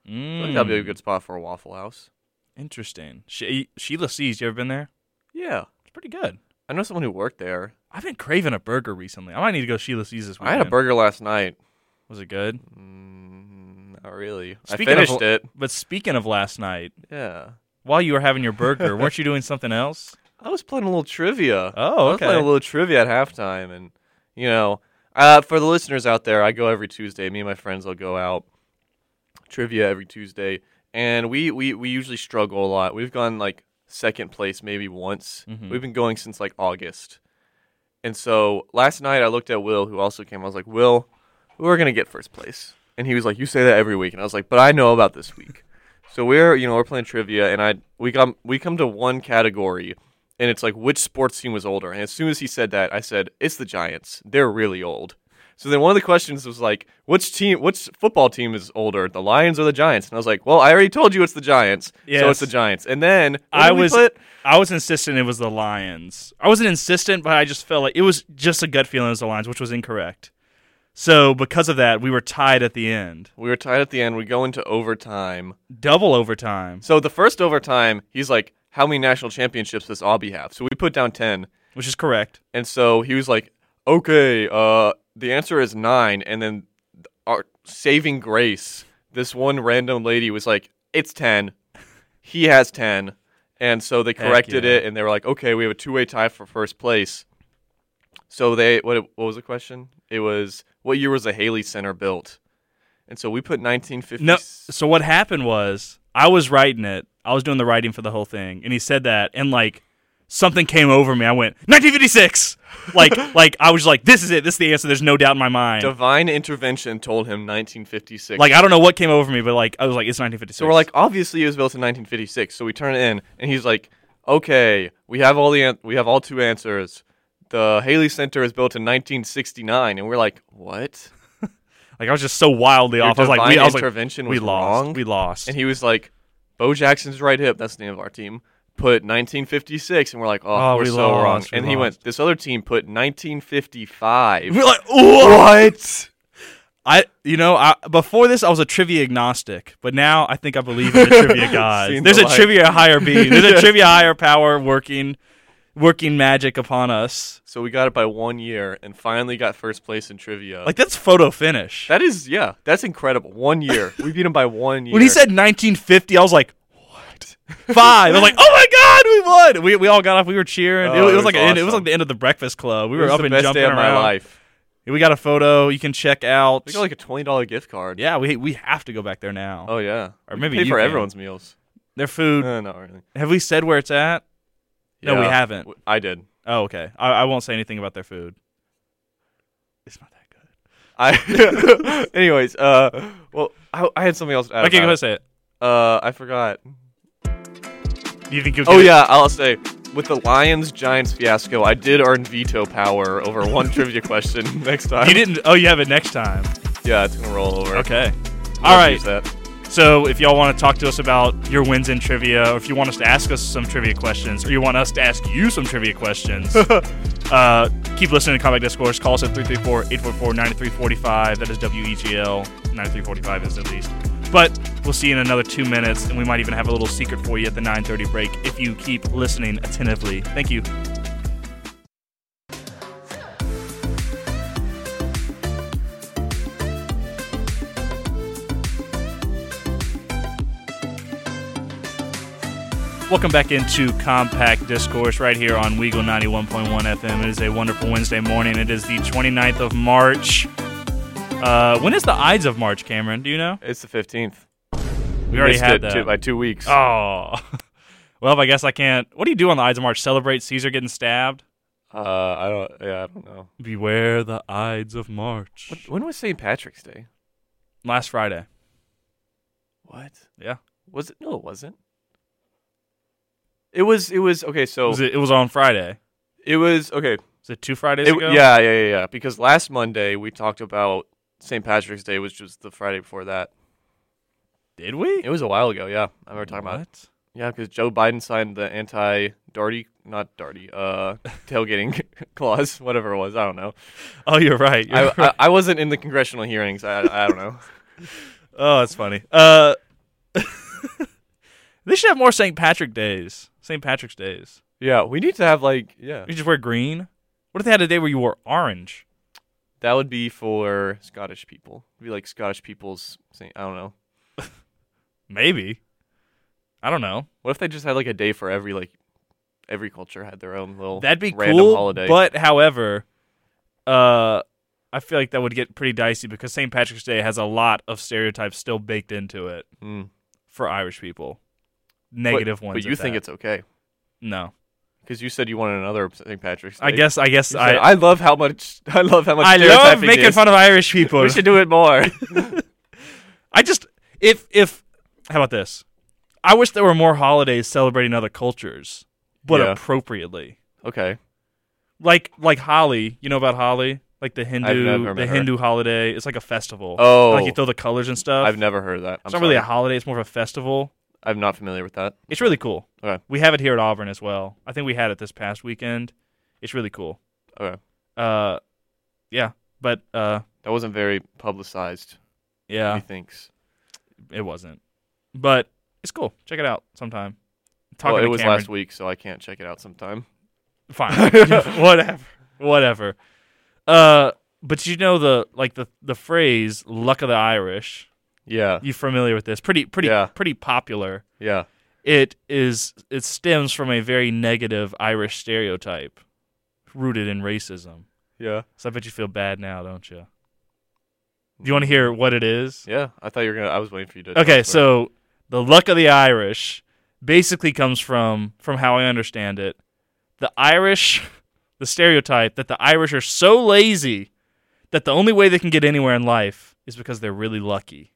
Speaker 2: I feel like that'd be a
Speaker 1: Mm.
Speaker 2: good spot for a Waffle House.
Speaker 1: Interesting. She- Sheila C's. You ever been there?
Speaker 2: Yeah,
Speaker 1: It's pretty good.
Speaker 2: I know someone who worked there.
Speaker 1: I've been craving a burger recently. I might need to go Sheila C's this
Speaker 2: I
Speaker 1: weekend.
Speaker 2: had a burger last night.
Speaker 1: Was it good?
Speaker 2: Mm, not really.
Speaker 1: Speaking
Speaker 2: I
Speaker 1: of l-
Speaker 2: finished it.
Speaker 1: But speaking of last night,
Speaker 2: Yeah.
Speaker 1: while you were having your burger, weren't you doing something
Speaker 2: *laughs*
Speaker 1: else?
Speaker 2: I was playing a little trivia. I
Speaker 1: Oh,
Speaker 2: was playing a
Speaker 1: okay.
Speaker 2: little trivia at halftime, and you know, uh, for the listeners out there, I go every Tuesday. Me and my friends will go out trivia every Tuesday, and we we we usually struggle a lot. We've gone like second place maybe once.
Speaker 1: Mhm.
Speaker 2: We've been going since like August, and so last night I looked at Will, who also came. I was like, Will, we're gonna get first place, and he was like, You say that every week, and I was like, But I know about this week. So we're you know we're playing trivia, and I we come we come to one category, and it's like which sports team was older. And as soon as he said that, I said it's the Giants. They're really old. So then one of the questions was like, which team, which football team is older, the Lions or the Giants? And I was like, well, I already told you it's the Giants, so
Speaker 1: Yes.
Speaker 2: it's the Giants. And then what
Speaker 1: I
Speaker 2: did we
Speaker 1: was
Speaker 2: put?
Speaker 1: I was insistent it was the Lions. I wasn't insistent, but I just felt like it was just a gut feeling it was the Lions, which was incorrect. So because of that, we were tied at the end,
Speaker 2: we were tied at the end. We go into overtime.
Speaker 1: double overtime,
Speaker 2: So the first overtime, he's like, how many national championships does Aubie have? So we put down ten.
Speaker 1: which is correct.
Speaker 2: And so he was like, "Okay, uh, the answer is nine. And then our saving grace, this one random lady was like, "It's ten. He has ten. And so they
Speaker 1: Heck
Speaker 2: corrected
Speaker 1: yeah.
Speaker 2: it, and they were like, "Okay, we have a two-way tie for first place." So they what what was the question? It was what year was the Haley Center built? And so we put 1950.
Speaker 1: No, so what happened was I was writing it. I was doing the writing for the whole thing, and he said that, and like something came over me. I went 1956. Like *laughs* like I was like, this is it. This is the answer. There's no doubt in my mind.
Speaker 2: *laughs* Divine intervention told him 1956.
Speaker 1: Like I don't know what came over me, but like I was like, it's 1956.
Speaker 2: So we're like, obviously it was built in 1956. So we turn it in, and he's like, okay, we have all the an- we have all two answers. The Haley Center is built in 1969, and we're like, what?
Speaker 1: like I was just so wildly
Speaker 2: Your
Speaker 1: off. I was like,
Speaker 2: divine
Speaker 1: we, I was like,
Speaker 2: intervention
Speaker 1: we
Speaker 2: was
Speaker 1: lost.
Speaker 2: wrong.
Speaker 1: We lost.
Speaker 2: And he was like, Bo Jackson's right hip. That's the name of our team. Put 1956, and we're like, oh,
Speaker 1: Oh,
Speaker 2: we're
Speaker 1: we
Speaker 2: so wrong.
Speaker 1: lost, we
Speaker 2: And he went, this other team put 1955.
Speaker 1: we're
Speaker 2: *laughs*
Speaker 1: like, what? I, you know, I, before this, I was a trivia agnostic, but now I think I believe in the
Speaker 2: *laughs*
Speaker 1: trivia gods.
Speaker 2: Seen
Speaker 1: There's a
Speaker 2: the light.
Speaker 1: trivia higher being. There's
Speaker 2: *laughs*
Speaker 1: a trivia higher power working, working magic upon us.
Speaker 2: So we got it by one year, and finally got first place in trivia.
Speaker 1: Like that's photo finish.
Speaker 2: that is, yeah, that's incredible. One
Speaker 1: *laughs*
Speaker 2: year, we beat him by one year.
Speaker 1: when he said 1950, I was like, what? *laughs* Five. I was like, oh my god, we won. We, we all got up. We were cheering.
Speaker 2: Oh,
Speaker 1: It was- it,
Speaker 2: it
Speaker 1: was
Speaker 2: was
Speaker 1: like a- it was
Speaker 2: awesome.
Speaker 1: like the end of the Breakfast Club. We
Speaker 2: It
Speaker 1: were
Speaker 2: was
Speaker 1: up
Speaker 2: the
Speaker 1: and
Speaker 2: best
Speaker 1: jumping
Speaker 2: day of my
Speaker 1: around.
Speaker 2: life.
Speaker 1: We got a photo. You can check out.
Speaker 2: We got like a twenty dollar gift card.
Speaker 1: yeah, we we have to go back there now.
Speaker 2: Oh yeah.
Speaker 1: Or
Speaker 2: We
Speaker 1: maybe
Speaker 2: pay
Speaker 1: you
Speaker 2: for
Speaker 1: can.
Speaker 2: everyone's
Speaker 1: *laughs*
Speaker 2: meals.
Speaker 1: Their food.
Speaker 2: Uh, not really.
Speaker 1: Have we said where it's at? No, we
Speaker 2: Yeah.
Speaker 1: haven't.
Speaker 2: W- I did.
Speaker 1: Oh, okay. I, I won't say anything about their food. It's not that good. *laughs*
Speaker 2: I, *laughs* anyways, uh, well, I, I had something else to add.
Speaker 1: okay, go ahead
Speaker 2: about
Speaker 1: and say it.
Speaker 2: it. Uh, I forgot.
Speaker 1: Do you think you'll?
Speaker 2: Oh
Speaker 1: get it?
Speaker 2: yeah, I'll say with the Lions Giants fiasco, I did earn veto power over one
Speaker 1: *laughs*
Speaker 2: trivia question *laughs* next time.
Speaker 1: You didn't. Oh, you have it next time.
Speaker 2: Yeah, it's gonna roll over.
Speaker 1: Okay.
Speaker 2: I'll
Speaker 1: All right.
Speaker 2: use That.
Speaker 1: So if y'all want to talk to us about your wins in trivia, or if you want us to ask us some trivia questions, or you want us to ask you some trivia questions, uh, keep listening to Comic Discourse. Call us at 334-844-9345. That is E WEGL. 9345 is at least. But we'll see you in another two minutes, and we might even have a little secret for you at the 9.30 break if you keep listening attentively. Thank you. Welcome back into Compact Discourse right here on Weagle 91.1 FM. It is a wonderful Wednesday morning. It is the 29th of March. Uh, when is the Ides of March, Cameron? Do you know?
Speaker 2: It's the fifteenth.
Speaker 1: We already
Speaker 2: Missed
Speaker 1: had
Speaker 2: it
Speaker 1: that.
Speaker 2: two- by two weeks.
Speaker 1: Oh. *laughs* Well, I guess I can't. What do you do on the Ides of March? Celebrate Caesar getting stabbed?
Speaker 2: Uh, I don't. Yeah, I don't know.
Speaker 1: Beware the Ides of March.
Speaker 2: When was St. Patrick's Day?
Speaker 1: Last Friday.
Speaker 2: What
Speaker 1: Yeah.
Speaker 2: was it? No, it wasn't. It was. It was okay. So
Speaker 1: Was it, it was on Friday.
Speaker 2: it was okay.
Speaker 1: Was it two Fridays
Speaker 2: It-
Speaker 1: ago?
Speaker 2: yeah, yeah, yeah, yeah. Because last Monday we talked about St. Patrick's Day, which was the Friday before that.
Speaker 1: Did we?
Speaker 2: It was a while ago. Yeah, I remember talking about. It.
Speaker 1: What?
Speaker 2: Yeah, because Joe Biden signed the anti-darty, not darty,
Speaker 1: *laughs*
Speaker 2: uh, tailgating *laughs* clause, whatever it was. I don't know.
Speaker 1: Oh, you're right. You're *laughs*
Speaker 2: I,
Speaker 1: right.
Speaker 2: I, I wasn't in the congressional hearings. I, I don't know.
Speaker 1: Oh, that's funny. Uh, *laughs* they should have more St. Patrick days. St. Patrick's days.
Speaker 2: Yeah, we need to have like yeah.
Speaker 1: You just wear green. What if they had a day where you wore orange?
Speaker 2: That would be for Scottish people. It'd be like Scottish people's. Saint, I don't know.
Speaker 1: Maybe. I don't know.
Speaker 2: What if they just had like a day for every like every culture had their own little
Speaker 1: That'd be
Speaker 2: random
Speaker 1: cool.
Speaker 2: holiday.
Speaker 1: But however, uh, I feel like that would get pretty dicey because St. Patrick's Day has a lot of stereotypes still baked into it
Speaker 2: Mm.
Speaker 1: for Irish people.
Speaker 2: But-
Speaker 1: Negative ones.
Speaker 2: But you
Speaker 1: at
Speaker 2: think
Speaker 1: that.
Speaker 2: it's okay
Speaker 1: no?
Speaker 2: because you said you wanted another St. Patrick's. Day.
Speaker 1: I guess. I guess.
Speaker 2: You said,
Speaker 1: I.
Speaker 2: I love how much *laughs* I love how much.
Speaker 1: I love
Speaker 2: stereotyping
Speaker 1: making
Speaker 2: is.
Speaker 1: fun of Irish people. *laughs*
Speaker 2: We *laughs* should do it more.
Speaker 1: I just if if how about this? I wish there were more holidays celebrating other cultures, but
Speaker 2: Yeah.
Speaker 1: appropriately.
Speaker 2: okay.
Speaker 1: Like like Holi, you know about Holi? Like the
Speaker 2: never
Speaker 1: Hindu
Speaker 2: met
Speaker 1: the
Speaker 2: her.
Speaker 1: Hindu holiday. It's like a festival.
Speaker 2: Oh.
Speaker 1: Like you throw the colors and stuff.
Speaker 2: I've never heard of that. I'm
Speaker 1: it's not really a
Speaker 2: sorry.
Speaker 1: holiday, it's more of a festival.
Speaker 2: I'm not familiar with that.
Speaker 1: It's really cool.
Speaker 2: Okay.
Speaker 1: We have it here at Auburn as well. I think we had it this past weekend. It's really cool.
Speaker 2: Okay.
Speaker 1: Uh yeah. But uh
Speaker 2: That wasn't very publicized.
Speaker 1: yeah.
Speaker 2: He thinks.
Speaker 1: It wasn't. But it's cool. Check it out sometime. Talking
Speaker 2: well,
Speaker 1: to
Speaker 2: it was
Speaker 1: Cameron.
Speaker 2: last week, so I can't check it out sometime.
Speaker 1: fine *laughs* whatever whatever uh but you know the like the the phrase luck of the irish
Speaker 2: Yeah.
Speaker 1: you familiar with this pretty pretty
Speaker 2: Yeah.
Speaker 1: pretty popular
Speaker 2: Yeah.
Speaker 1: it is it stems from a very negative irish stereotype rooted in racism
Speaker 2: Yeah.
Speaker 1: so i bet you feel bad now don't you do you want to hear what it is
Speaker 2: Yeah. I thought you were gonna. I was waiting for you to.
Speaker 1: Okay,
Speaker 2: transfer.
Speaker 1: so the luck of the Irish basically comes from from how I understand it. The Irish *laughs* the stereotype that the Irish are so lazy that the only way they can get anywhere in life is because they're really lucky.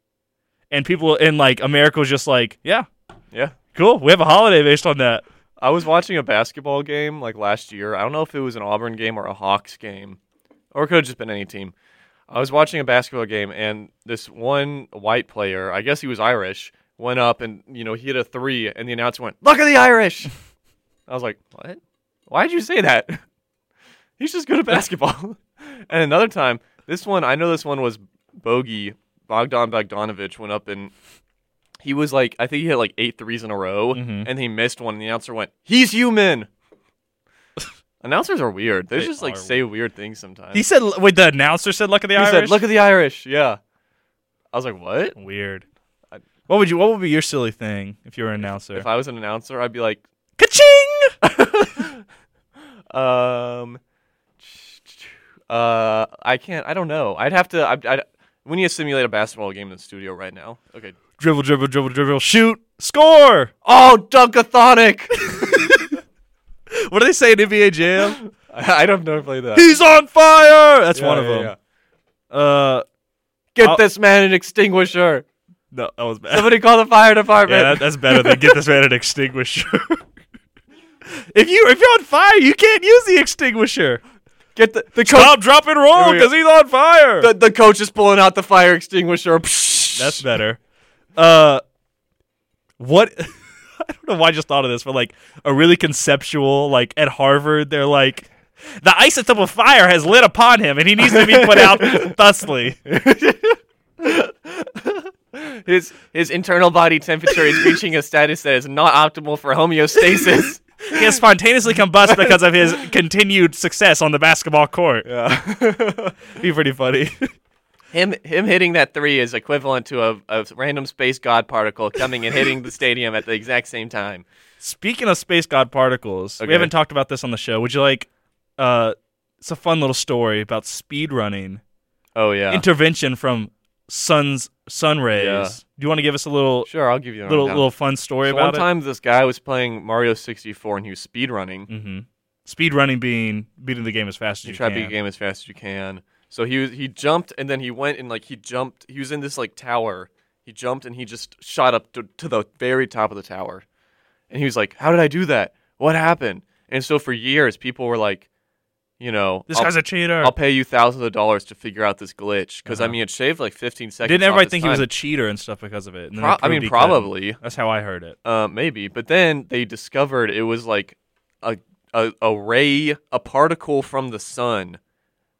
Speaker 1: And people in like America was just like, yeah,
Speaker 2: yeah.
Speaker 1: cool. We have a holiday based on that.
Speaker 2: I was watching a basketball game like last year. I don't know if it was an Auburn game or a Hawks game, or it could have just been any team. I was watching a basketball game, and this one white player, I guess he was Irish, went up and you know he hit a three, and the announcer went, "Look at the Irish!" I was like, "What? Why did you say that?" *laughs* He's just good at basketball. *laughs* and another time, this one I know this one was Bogey Bogdan Bogdanovich went up and he was like I think he hit like eight threes in a row,
Speaker 1: Mhm.
Speaker 2: and he missed one. And the announcer went, "He's human." *laughs* Announcers are weird. They,
Speaker 1: They
Speaker 2: just like
Speaker 1: are
Speaker 2: say weird things sometimes.
Speaker 1: He said wait, the announcer said luck of the
Speaker 2: He
Speaker 1: Irish.
Speaker 2: said, "Look at the Irish." Yeah, I was like, "What?"
Speaker 1: Weird.
Speaker 2: I-
Speaker 1: What would you what would be your silly thing if you were an announcer?
Speaker 2: If I was an announcer, I'd be like,
Speaker 1: Ka-ching!
Speaker 2: um, uh, I can't. I don't know. I'd have to. I'd, I'd, we need to simulate a basketball game in the studio right now. Okay.
Speaker 1: Dribble, dribble, dribble, dribble, shoot, score.
Speaker 2: Oh, *laughs* Dunkathonic!
Speaker 1: What do they say in NBA Jam? *laughs*
Speaker 2: I, I don't know if I play that.
Speaker 1: He's on fire. That's one of them. Uh,
Speaker 2: Get
Speaker 1: I'll-
Speaker 2: this man an extinguisher.
Speaker 1: no, that was bad.
Speaker 2: Somebody call the fire department.
Speaker 1: yeah, that, that's better than get this
Speaker 2: *laughs*
Speaker 1: man an extinguisher. *laughs* if you if you're on fire, you can't use the extinguisher.
Speaker 2: Get the the coach.
Speaker 1: Stop, drop, and roll,
Speaker 2: Here we go.
Speaker 1: because he's on fire.
Speaker 2: The, the coach is pulling out the fire extinguisher. *laughs*
Speaker 1: That's better. Uh, what? *laughs* I don't know why I just thought of this, but like a really conceptual, like at Harvard, they're like, the isotope of fire has lit upon him, and he needs to be put
Speaker 2: *laughs*
Speaker 1: out thusly.
Speaker 2: his his internal body temperature is reaching a status that is not optimal for *laughs* homeostasis.
Speaker 1: He has spontaneously combust because of
Speaker 2: *laughs*
Speaker 1: his continued success on the basketball court.
Speaker 2: Yeah. *laughs*
Speaker 1: Be pretty funny.
Speaker 2: him him hitting that three is equivalent to a, a random space god particle coming
Speaker 1: *laughs*
Speaker 2: and hitting the stadium at the exact same time.
Speaker 1: Speaking of space god particles, we
Speaker 2: Okay.
Speaker 1: haven't talked about this on the show. Would you like? Uh, it's a fun little story about speed running.
Speaker 2: Oh yeah.
Speaker 1: intervention from sun's sun rays.
Speaker 2: Yeah.
Speaker 1: Do you want to give us a little
Speaker 2: sure, I'll give you a
Speaker 1: little
Speaker 2: rundown.
Speaker 1: little fun story
Speaker 2: So
Speaker 1: about
Speaker 2: one time this guy was playing Mario 64 and he was speedrunning.
Speaker 1: it? Mm-hmm. Speed running being beating the game as fast as
Speaker 2: You
Speaker 1: you
Speaker 2: try to
Speaker 1: can.
Speaker 2: beat the game as fast as you can. So he was, he jumped and then he went and like he jumped. He was in this like tower. He jumped and he just shot up to, to the very top of the tower. And he was like, "How did I do that? What happened?" And so for years, people were like, "You know,
Speaker 1: This
Speaker 2: I'll,
Speaker 1: guy's a cheater.
Speaker 2: I'll pay you thousands of dollars to figure out this glitch." Because I
Speaker 1: Uh-huh.
Speaker 2: mean, it shaved like 15 seconds.
Speaker 1: Didn't
Speaker 2: off
Speaker 1: everybody
Speaker 2: his
Speaker 1: think he was
Speaker 2: time.
Speaker 1: a cheater and stuff because of it? And then
Speaker 2: Pro-
Speaker 1: they
Speaker 2: I
Speaker 1: proved
Speaker 2: mean,
Speaker 1: he couldn't.
Speaker 2: probably.
Speaker 1: That's how I heard it.
Speaker 2: Uh, maybe. But then they discovered it was like a, a a ray, a particle from the sun,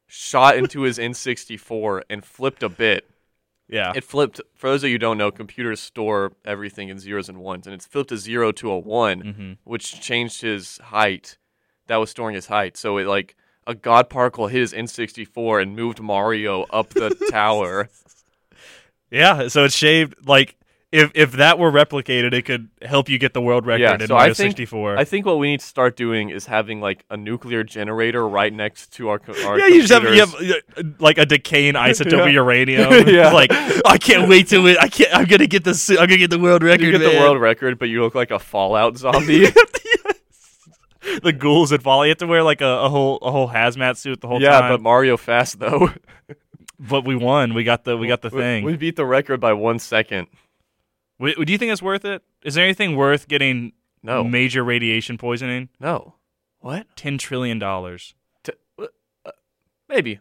Speaker 2: shot into his N64 and flipped a bit.
Speaker 1: Yeah.
Speaker 2: *laughs* It flipped. For those of you who don't know, computers store everything in zeros and ones, and it flipped a zero to a one,
Speaker 1: mm-hmm.
Speaker 2: which changed his height. That was storing his height. So it like a god particle hit his N64 and moved Mario
Speaker 1: *laughs*
Speaker 2: up the tower.
Speaker 1: Yeah. So it's shaved like if if that were replicated, it could help you get the world record
Speaker 2: Yeah,
Speaker 1: in
Speaker 2: so I
Speaker 1: Mario
Speaker 2: think-
Speaker 1: 64.
Speaker 2: I think what we need to start doing is having like a nuclear generator right next to our, co- our
Speaker 1: yeah, you just have,
Speaker 2: computers.
Speaker 1: you have uh, like a
Speaker 2: *laughs*
Speaker 1: decaying isotope
Speaker 2: Yeah.
Speaker 1: of uranium.
Speaker 2: *laughs* Yeah.
Speaker 1: It's like I can't wait to it. I can't. I'm gonna get this. I'm gonna get the world record.
Speaker 2: You get the
Speaker 1: man."
Speaker 2: world record, but you look like a
Speaker 1: *laughs*
Speaker 2: Fallout zombie.
Speaker 1: the ghouls that follow. You have to wear like a, a whole a whole hazmat suit the whole
Speaker 2: yeah, but
Speaker 1: time.
Speaker 2: Mario fast though.
Speaker 1: But, we won. We got the we got the
Speaker 2: We-
Speaker 1: thing.
Speaker 2: We, beat the record by one second.
Speaker 1: Wi- do you think it's worth it? Is there anything worth getting
Speaker 2: No,
Speaker 1: major radiation poisoning?
Speaker 2: no. What?
Speaker 1: Ten trillion dollars,
Speaker 2: T- uh, uh, maybe.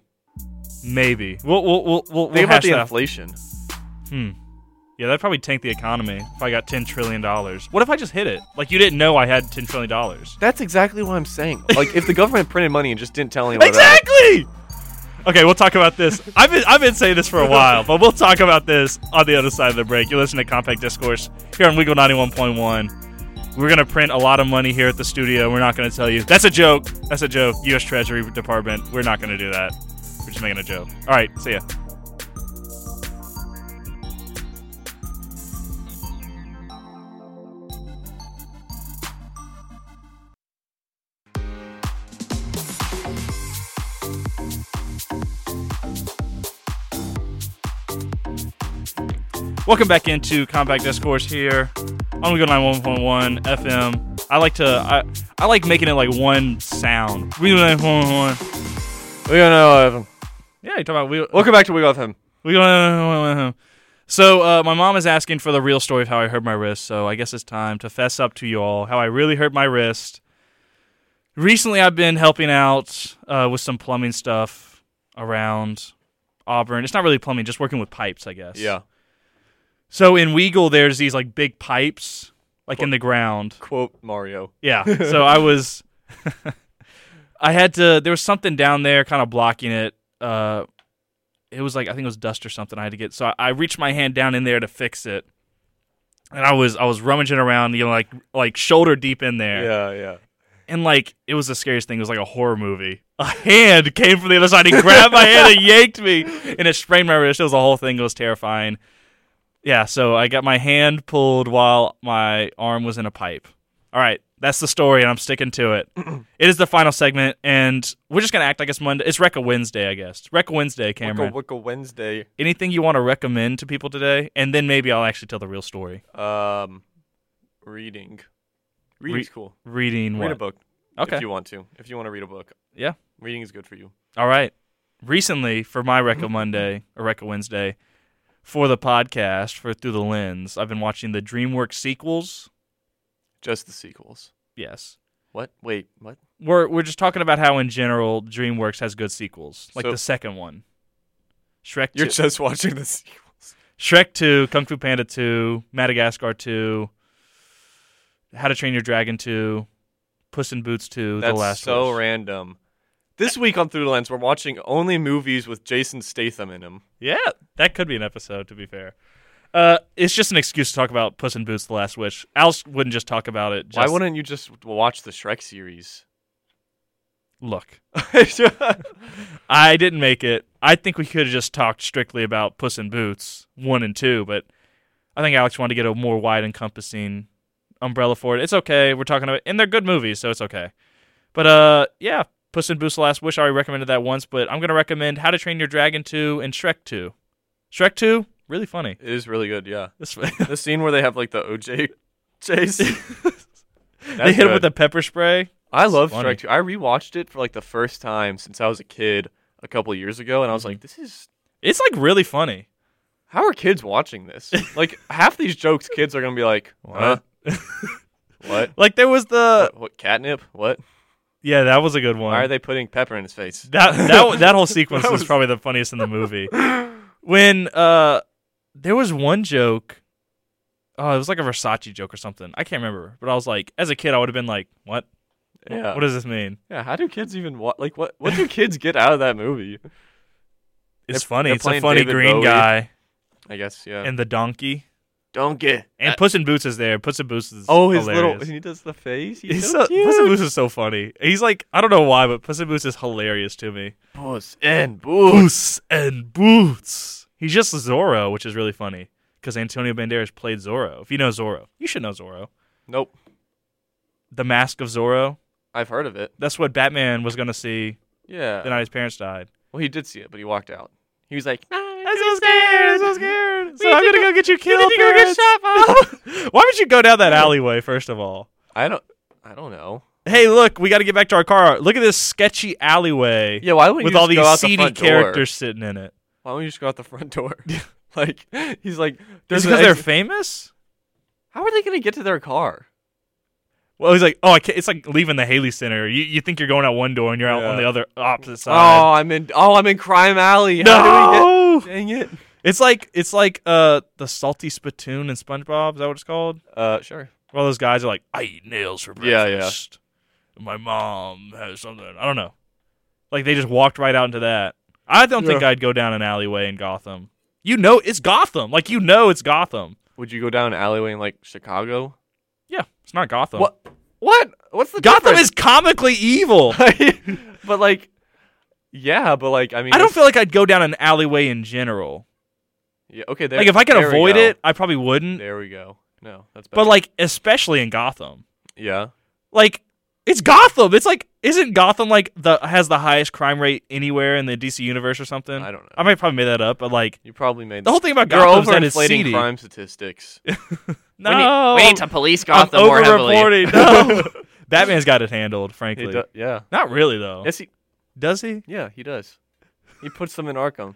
Speaker 1: maybe. We'll we'll we'll we'll,
Speaker 2: Think
Speaker 1: we'll
Speaker 2: about
Speaker 1: hash
Speaker 2: the
Speaker 1: that. out.
Speaker 2: inflation.
Speaker 1: Hmm. Yeah, that'd probably tank the economy if I got ten trillion dollars. What if I just hit it? Like you didn't know I had ten trillion dollars.
Speaker 2: That's exactly what
Speaker 1: *laughs*
Speaker 2: I'm saying. Like if the government printed money and just didn't tell anyone about it.
Speaker 1: Exactly. Okay, we'll talk about this. I've been I've been saying this for a while, but we'll talk about this on the other side of the break. You're listening to Compact Discourse here on Wiggle 91.1. We're gonna print a lot of money here at the studio. We're not gonna tell you. That's a joke. That's a joke. U.S. Treasury Department. We're not gonna do that. We're just making a joke. All right. See ya. Welcome back into Compact Discourse here on Wiggle 91.1 FM. I like to I, I like making it like one sound. Wiggle 91.1.
Speaker 2: We don't know.
Speaker 1: oh Yeah, you talk about Wiggle.
Speaker 2: Welcome back to Wiggle FM.
Speaker 1: We oh so uh, my mom is asking for the real story of how I hurt my wrist. So I guess it's time to fess up to you all how I really hurt my wrist. Recently, I've been helping out uh, with some plumbing stuff around Auburn. It's not really plumbing, just working with pipes, I guess.
Speaker 2: Yeah.
Speaker 1: So in Weagle, there's these like big pipes, like in the ground.
Speaker 2: Quote Mario.
Speaker 1: Yeah. So I was, *laughs* I had to. There was something down there, kind of blocking it. Uh, it was like I think it was dust or something. I had to get. So I, I reached my hand down in there to fix it, and I was I was rummaging around, you know, like like shoulder deep in there,
Speaker 2: Yeah, yeah.
Speaker 1: and like it was the scariest thing. It was like a horror movie. *laughs* A hand came from the other side. He grabbed my hand and yanked me, and it sprained my wrist. It was the whole thing. It was terrifying. Yeah. So I got my hand pulled while my arm was in a pipe. All right, that's the story, and I'm sticking to it. it is the final segment, and we're just gonna act like it's Monday. It's Recca Wednesday, I guess. Recca Wednesday, Cameron.
Speaker 2: Wicca, Wicca Wednesday.
Speaker 1: Anything you want to recommend to people today, and then maybe I'll actually tell the real story.
Speaker 2: Um, reading. Reading's cool.
Speaker 1: Reading
Speaker 2: Read a
Speaker 1: what?
Speaker 2: book
Speaker 1: Okay.
Speaker 2: if you want to. If you want to read a book,
Speaker 1: Yeah.
Speaker 2: reading is good for you.
Speaker 1: All right. recently for my Reco
Speaker 2: Mm-hmm.
Speaker 1: Monday or Reco Wednesday for the podcast for Through the Lens, I've been watching the DreamWorks sequels.
Speaker 2: Just the sequels.
Speaker 1: Yes.
Speaker 2: What? Wait, what?
Speaker 1: We're we're just talking about how in general DreamWorks has good sequels, like
Speaker 2: So-
Speaker 1: the second one. Shrek 2.
Speaker 2: You're just watching the sequels.
Speaker 1: Shrek 2, Kung Fu Panda 2, Madagascar 2, How to Train Your Dragon 2, Puss in Boots 2,
Speaker 2: That's
Speaker 1: The Last
Speaker 2: so
Speaker 1: Wish.
Speaker 2: random. This week on Through the Lens, we're watching only movies with Jason Statham in them.
Speaker 1: Yeah, that could be an episode, to be fair. Uh, it's just an excuse to talk about Puss in Boots, The Last Wish. Alice wouldn't just talk about it.
Speaker 2: Why
Speaker 1: just-
Speaker 2: wouldn't you just watch the Shrek series? *laughs*
Speaker 1: Look, *laughs*
Speaker 2: I
Speaker 1: I didn't make it. I think we could have just talked strictly about Puss in Boots 1 and 2, but I think Alex wanted to get a more wide encompassing umbrella for it. It's okay. We're talking about and they're good movies, so it's okay. But uh yeah, Puss in Boots The Last Wish I already recommended that once, but I'm going to recommend How to Train Your Dragon 2 and Shrek 2. Shrek 2, really funny.
Speaker 2: It is really good, yeah.
Speaker 1: This *laughs*
Speaker 2: The scene where they have like the OJ *laughs* chase.
Speaker 1: they hit him with a pepper spray.
Speaker 2: I love
Speaker 1: funny.
Speaker 2: Shrek 2. I rewatched it for like the first time since I was a kid a couple years ago, and
Speaker 1: Mm-hmm.
Speaker 2: I was like, this is.
Speaker 1: It's like really funny.
Speaker 2: How are kids
Speaker 1: *laughs*
Speaker 2: watching this? like, half these jokes, kids are going to be like, huh?
Speaker 1: *laughs*
Speaker 2: What?
Speaker 1: Like there was the
Speaker 2: what? What? Catnip? What?
Speaker 1: Yeah, that was a good one.
Speaker 2: Why are they putting pepper in his face?
Speaker 1: That
Speaker 2: *laughs*
Speaker 1: that that whole sequence
Speaker 2: That
Speaker 1: was
Speaker 2: was-
Speaker 1: probably the funniest in the movie. When uh, there was one joke, oh, it was like a Versace joke or something. I can't remember, but I was like, as a kid, I would have been like, "What?
Speaker 2: Yeah.
Speaker 1: What does this mean?
Speaker 2: Yeah, how do kids even wa- like what? What do kids get out of that movie?
Speaker 1: It's
Speaker 2: They're-
Speaker 1: funny.
Speaker 2: they're
Speaker 1: It's a
Speaker 2: playing
Speaker 1: funny
Speaker 2: David
Speaker 1: green
Speaker 2: Bowie.
Speaker 1: guy
Speaker 2: I guess yeah.
Speaker 1: and the donkey
Speaker 2: don't get
Speaker 1: and Puss in Boots is there. Puss in Boots is
Speaker 2: oh his
Speaker 1: hilarious.
Speaker 2: little he does the face. *laughs* He's,
Speaker 1: He's
Speaker 2: so,
Speaker 1: so-
Speaker 2: cute.
Speaker 1: Puss in Boots is so funny. He's like I don't know why, but Puss in Boots is hilarious to me.
Speaker 2: Puss and Boots.
Speaker 1: Puss and Boots. He's just Zorro, which is really funny because Antonio Banderas played Zorro. If you know Zorro, you should know Zorro.
Speaker 2: Nope,
Speaker 1: The Mask of Zorro.
Speaker 2: I've heard of it.
Speaker 1: That's what Batman was gonna see
Speaker 2: Yeah.
Speaker 1: the night his parents died.
Speaker 2: well, he did see it, but he walked out. He was like,
Speaker 1: I'm so scared. I'm so
Speaker 2: *laughs*
Speaker 1: scared. So
Speaker 2: We
Speaker 1: I'm
Speaker 2: need
Speaker 1: gonna
Speaker 2: to
Speaker 1: go get you killed.
Speaker 2: need to go get
Speaker 1: parents. *laughs* Why would you go down that alleyway first of all?
Speaker 2: *laughs* I don't, I don't know.
Speaker 1: Hey, look, we got to get back to our car. Look at this sketchy alleyway
Speaker 2: Yeah, why wouldn't
Speaker 1: with
Speaker 2: you
Speaker 1: all
Speaker 2: just go
Speaker 1: these
Speaker 2: out the
Speaker 1: seedy
Speaker 2: front
Speaker 1: characters
Speaker 2: Door?
Speaker 1: sitting in it.
Speaker 2: Why don't you just go out the front *laughs* door? like he's like,
Speaker 1: Just
Speaker 2: there's
Speaker 1: because
Speaker 2: an
Speaker 1: they're
Speaker 2: exit-
Speaker 1: famous?
Speaker 2: How are they gonna get to their car?
Speaker 1: Well, he's like, oh, I can't. it's like leaving the Haley Center. You you think you're going out one door and you're out on
Speaker 2: Yeah.
Speaker 1: the other opposite side.
Speaker 2: Oh, I'm in. Oh, I'm in Crime Alley. How
Speaker 1: no,
Speaker 2: do we get? Dang it.
Speaker 1: it's like it's like uh the salty spittoon in SpongeBob. Is that what it's called?
Speaker 2: Uh, sure.
Speaker 1: Where all those guys are like, I eat nails for
Speaker 2: Yeah, yeah.
Speaker 1: breakfast. My mom has something. I don't know. Like they just walked right out into that. I don't think
Speaker 2: Yeah.
Speaker 1: I'd go down an alleyway in Gotham. You know, it's Gotham. Like you know, it's Gotham.
Speaker 2: Would you go down an alleyway in like Chicago?
Speaker 1: Yeah, it's not Gotham.
Speaker 2: What? What? What's the
Speaker 1: Gotham is comically
Speaker 2: *laughs*
Speaker 1: evil.
Speaker 2: is? but like, yeah, but like, I mean,
Speaker 1: I don't
Speaker 2: it's-
Speaker 1: feel like I'd go down an alleyway in general.
Speaker 2: Yeah, okay, there.
Speaker 1: like if I could
Speaker 2: there we
Speaker 1: avoid
Speaker 2: go.
Speaker 1: it, I probably wouldn't.
Speaker 2: there we go. No, that's better.
Speaker 1: But like especially in Gotham.
Speaker 2: yeah,
Speaker 1: Like it's Gotham. It's like isn't Gotham like the has the highest crime rate anywhere in the DC universe or something?
Speaker 2: I don't know.
Speaker 1: I might probably made that up, but like
Speaker 2: you probably made
Speaker 1: the whole thing about
Speaker 2: You're
Speaker 1: Gotham is that it's
Speaker 2: overinflating
Speaker 1: seedy. *laughs*
Speaker 2: crime statistics.
Speaker 1: No,
Speaker 2: police
Speaker 1: um, I'm overreporting. No,
Speaker 2: *laughs*
Speaker 1: Batman's got it handled.
Speaker 2: He
Speaker 1: Frankly,
Speaker 2: do- yeah.
Speaker 1: not really though.
Speaker 2: Yes, he.
Speaker 1: Does he?
Speaker 2: Yeah, he does. He puts them
Speaker 1: *laughs*
Speaker 2: in Arkham.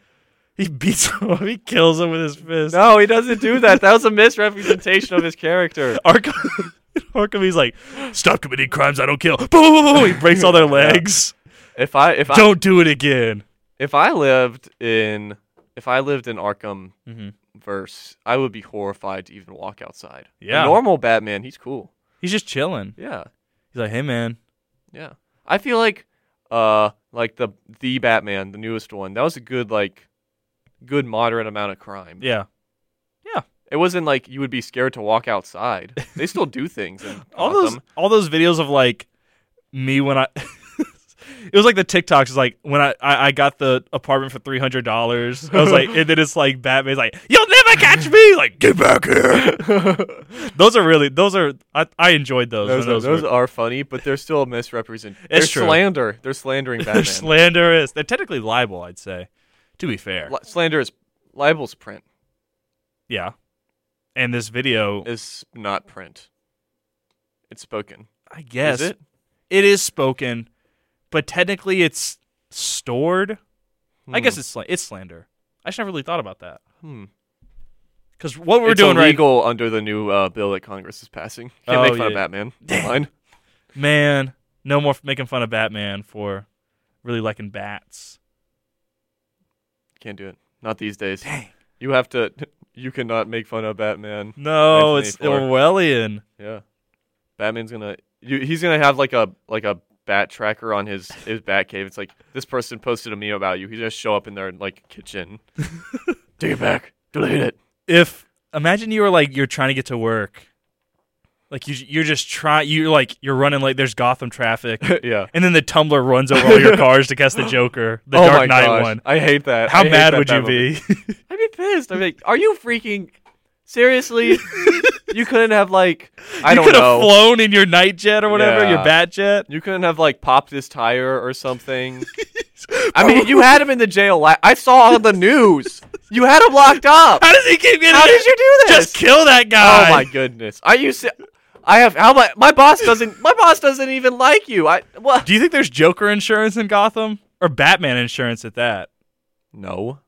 Speaker 1: He beats *laughs* him. up. He kills him with his fist.
Speaker 2: No, he doesn't do that. That was a misrepresentation of his character.
Speaker 1: Arkham, *laughs* Arkham, he's like, stop committing crimes. I don't kill. Boom, boom, boom, boom. He breaks
Speaker 2: *laughs*
Speaker 1: all their legs.
Speaker 2: If I if I
Speaker 1: Don't do it again.
Speaker 2: if I lived in if I lived in Arkham
Speaker 1: Mhm.
Speaker 2: verse, I would be horrified to even walk outside. The
Speaker 1: Yeah.
Speaker 2: normal Batman, he's cool.
Speaker 1: He's just chilling.
Speaker 2: Yeah,
Speaker 1: He's like, hey man,
Speaker 2: yeah. I feel like uh like the the Batman, the newest one, that was a good like good moderate amount of crime.
Speaker 1: yeah.
Speaker 2: It wasn't like you would be scared to walk outside. They still do things. In
Speaker 1: *laughs* All
Speaker 2: Gotham.
Speaker 1: those all those videos of like me when I. *laughs* It was like the TikToks. It's like when I, I, I got the apartment for three hundred dollars. I was like, and then it's like Batman's like, "You'll never catch me!" Like, get back
Speaker 2: *laughs*
Speaker 1: here. those are really those are I, I enjoyed those.
Speaker 2: Those,
Speaker 1: when
Speaker 2: are, those
Speaker 1: were-
Speaker 2: are funny, but they're still a misrepresent. They're
Speaker 1: true.
Speaker 2: slander. They're slandering
Speaker 1: *laughs*
Speaker 2: Batman.
Speaker 1: they're slanderous. They're technically libel, I'd say. To be fair,
Speaker 2: Li- slander is libel's print
Speaker 1: yeah. And this video,
Speaker 2: is not print. It's spoken.
Speaker 1: I guess,
Speaker 2: Is it?
Speaker 1: it is spoken, but technically it's stored. I guess it's sla- it's slander. I just never really thought about that
Speaker 2: Hmm.
Speaker 1: because what we're
Speaker 2: it's
Speaker 1: doing right,
Speaker 2: illegal under the new uh, bill that Congress is passing. Can't
Speaker 1: Oh,
Speaker 2: make fun of
Speaker 1: yeah.
Speaker 2: Batman. Fine.
Speaker 1: man. No more f- making fun of Batman for really liking bats.
Speaker 2: Can't do it. Not these days.
Speaker 1: Dang.
Speaker 2: You have to. *laughs* You cannot make fun of Batman.
Speaker 1: No, it's
Speaker 2: 1984.
Speaker 1: Orwellian.
Speaker 2: Yeah. Batman's gonna. You, he's gonna have like a like a bat tracker on his his bat cave. It's like this person posted a meme about you. He's gonna show up in their like
Speaker 1: *laughs*
Speaker 2: kitchen. Take it back. Delete it. *laughs*
Speaker 1: If imagine you were like you're trying to get to work, like you you're just trying you're like you're running like there's Gotham *laughs* traffic,
Speaker 2: yeah.
Speaker 1: and then the Tumbler runs over all your cars to catch the Joker, *laughs* the
Speaker 2: oh my
Speaker 1: Dark Knight
Speaker 2: gosh.
Speaker 1: one.
Speaker 2: I hate that.
Speaker 1: How
Speaker 2: I hate
Speaker 1: mad
Speaker 2: that
Speaker 1: would you
Speaker 2: Batman.
Speaker 1: be? *laughs*
Speaker 2: I'd be pissed. I'd be like, are you freaking
Speaker 1: *laughs*
Speaker 2: seriously? you couldn't have like I
Speaker 1: you
Speaker 2: don't
Speaker 1: could
Speaker 2: know.
Speaker 1: have flown in your night jet or whatever, your
Speaker 2: Yeah.
Speaker 1: bat jet.
Speaker 2: you couldn't have like popped his tire or
Speaker 1: *laughs*
Speaker 2: something. I mean, you had him in the jail. La- I saw on the news. You had him locked up.
Speaker 1: How does he keep getting?
Speaker 2: How
Speaker 1: it?
Speaker 2: did you do this?
Speaker 1: Just kill that guy.
Speaker 2: Oh my goodness. Are you? Se- I have how my my boss doesn't my boss doesn't even like you. I what?
Speaker 1: Do you think there's Joker insurance in Gotham or Batman insurance at that?
Speaker 2: No.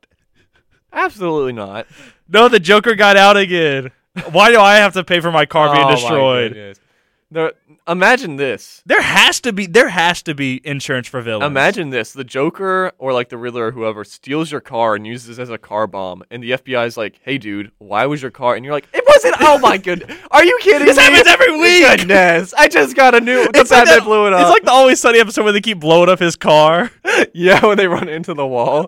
Speaker 2: Absolutely not.
Speaker 1: No, the Joker got out again. Why do I have to pay for my car
Speaker 2: Oh,
Speaker 1: being
Speaker 2: my
Speaker 1: destroyed?
Speaker 2: goodness. There, imagine this.
Speaker 1: There has to be there has to be insurance for villains.
Speaker 2: Imagine this: the Joker or like the Riddler or whoever steals your car and uses it as a car bomb, and the FBI is like, "Hey, dude, why was your car?" And you're like, "It wasn't."
Speaker 1: *laughs*
Speaker 2: Oh my goodness! Are you kidding
Speaker 1: This
Speaker 2: me?
Speaker 1: happens
Speaker 2: *laughs*
Speaker 1: every week.
Speaker 2: Goodness! I just got a new. The
Speaker 1: It's like
Speaker 2: Batman
Speaker 1: that-
Speaker 2: blew it
Speaker 1: It's
Speaker 2: up.
Speaker 1: like the Always Sunny episode where they keep blowing up his car. *laughs*
Speaker 2: *laughs* yeah, when they run into the wall.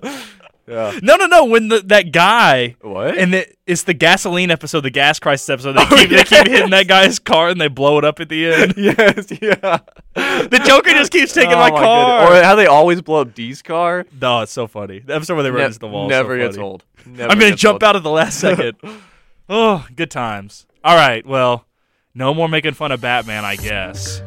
Speaker 2: Yeah.
Speaker 1: No, no, no. When the, that guy
Speaker 2: What? Oh,
Speaker 1: and the, it's the gasoline episode, the gas crisis episode. They keep they keep hitting that guy's car and they blow it up at the end.
Speaker 2: *laughs* yes. Yeah.
Speaker 1: The Joker just keeps taking
Speaker 2: Oh
Speaker 1: my,
Speaker 2: goodness.
Speaker 1: car.
Speaker 2: Or how they always blow up D's car.
Speaker 1: No, it's so funny. The episode where they run
Speaker 2: Ne-
Speaker 1: into the wall. is so
Speaker 2: Never gets
Speaker 1: funny.
Speaker 2: old. Never
Speaker 1: I'm gonna
Speaker 2: gets
Speaker 1: jump
Speaker 2: old.
Speaker 1: out at the last
Speaker 2: *laughs*
Speaker 1: second. oh, good times. All right, well, no more making fun of Batman, I guess.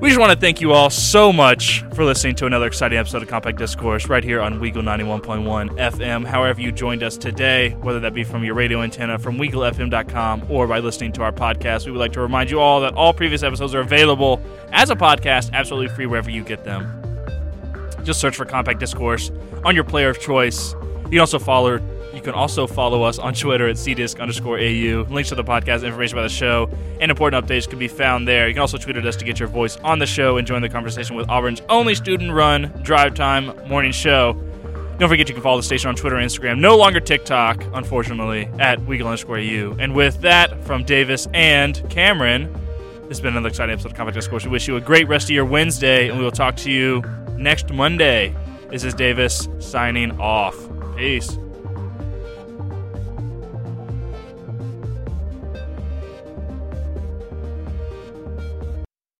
Speaker 1: We just want to thank you all so much for listening to another exciting episode of Compact Discourse right here on Weagle 91.1 FM. However, you joined us today, whether that be from your radio antenna, from WeagleFM.com, or by listening to our podcast, we would like to remind you all that all previous episodes are available as a podcast, absolutely free wherever you get them just search for compact discourse on your player of choice you can also follow you can also follow us on twitter at cdisc underscore au links to the podcast information about the show and important updates can be found there you can also tweet at us to get your voice on the show and join the conversation with auburn's only student run drive time morning show don't forget you can follow the station on twitter and instagram no longer tiktok unfortunately at weagle underscore au and with that from davis and cameron this has been another exciting episode of Comic Discourse. We wish you a great rest of your Wednesday, and we will talk to you next Monday. This is Davis signing off. Peace.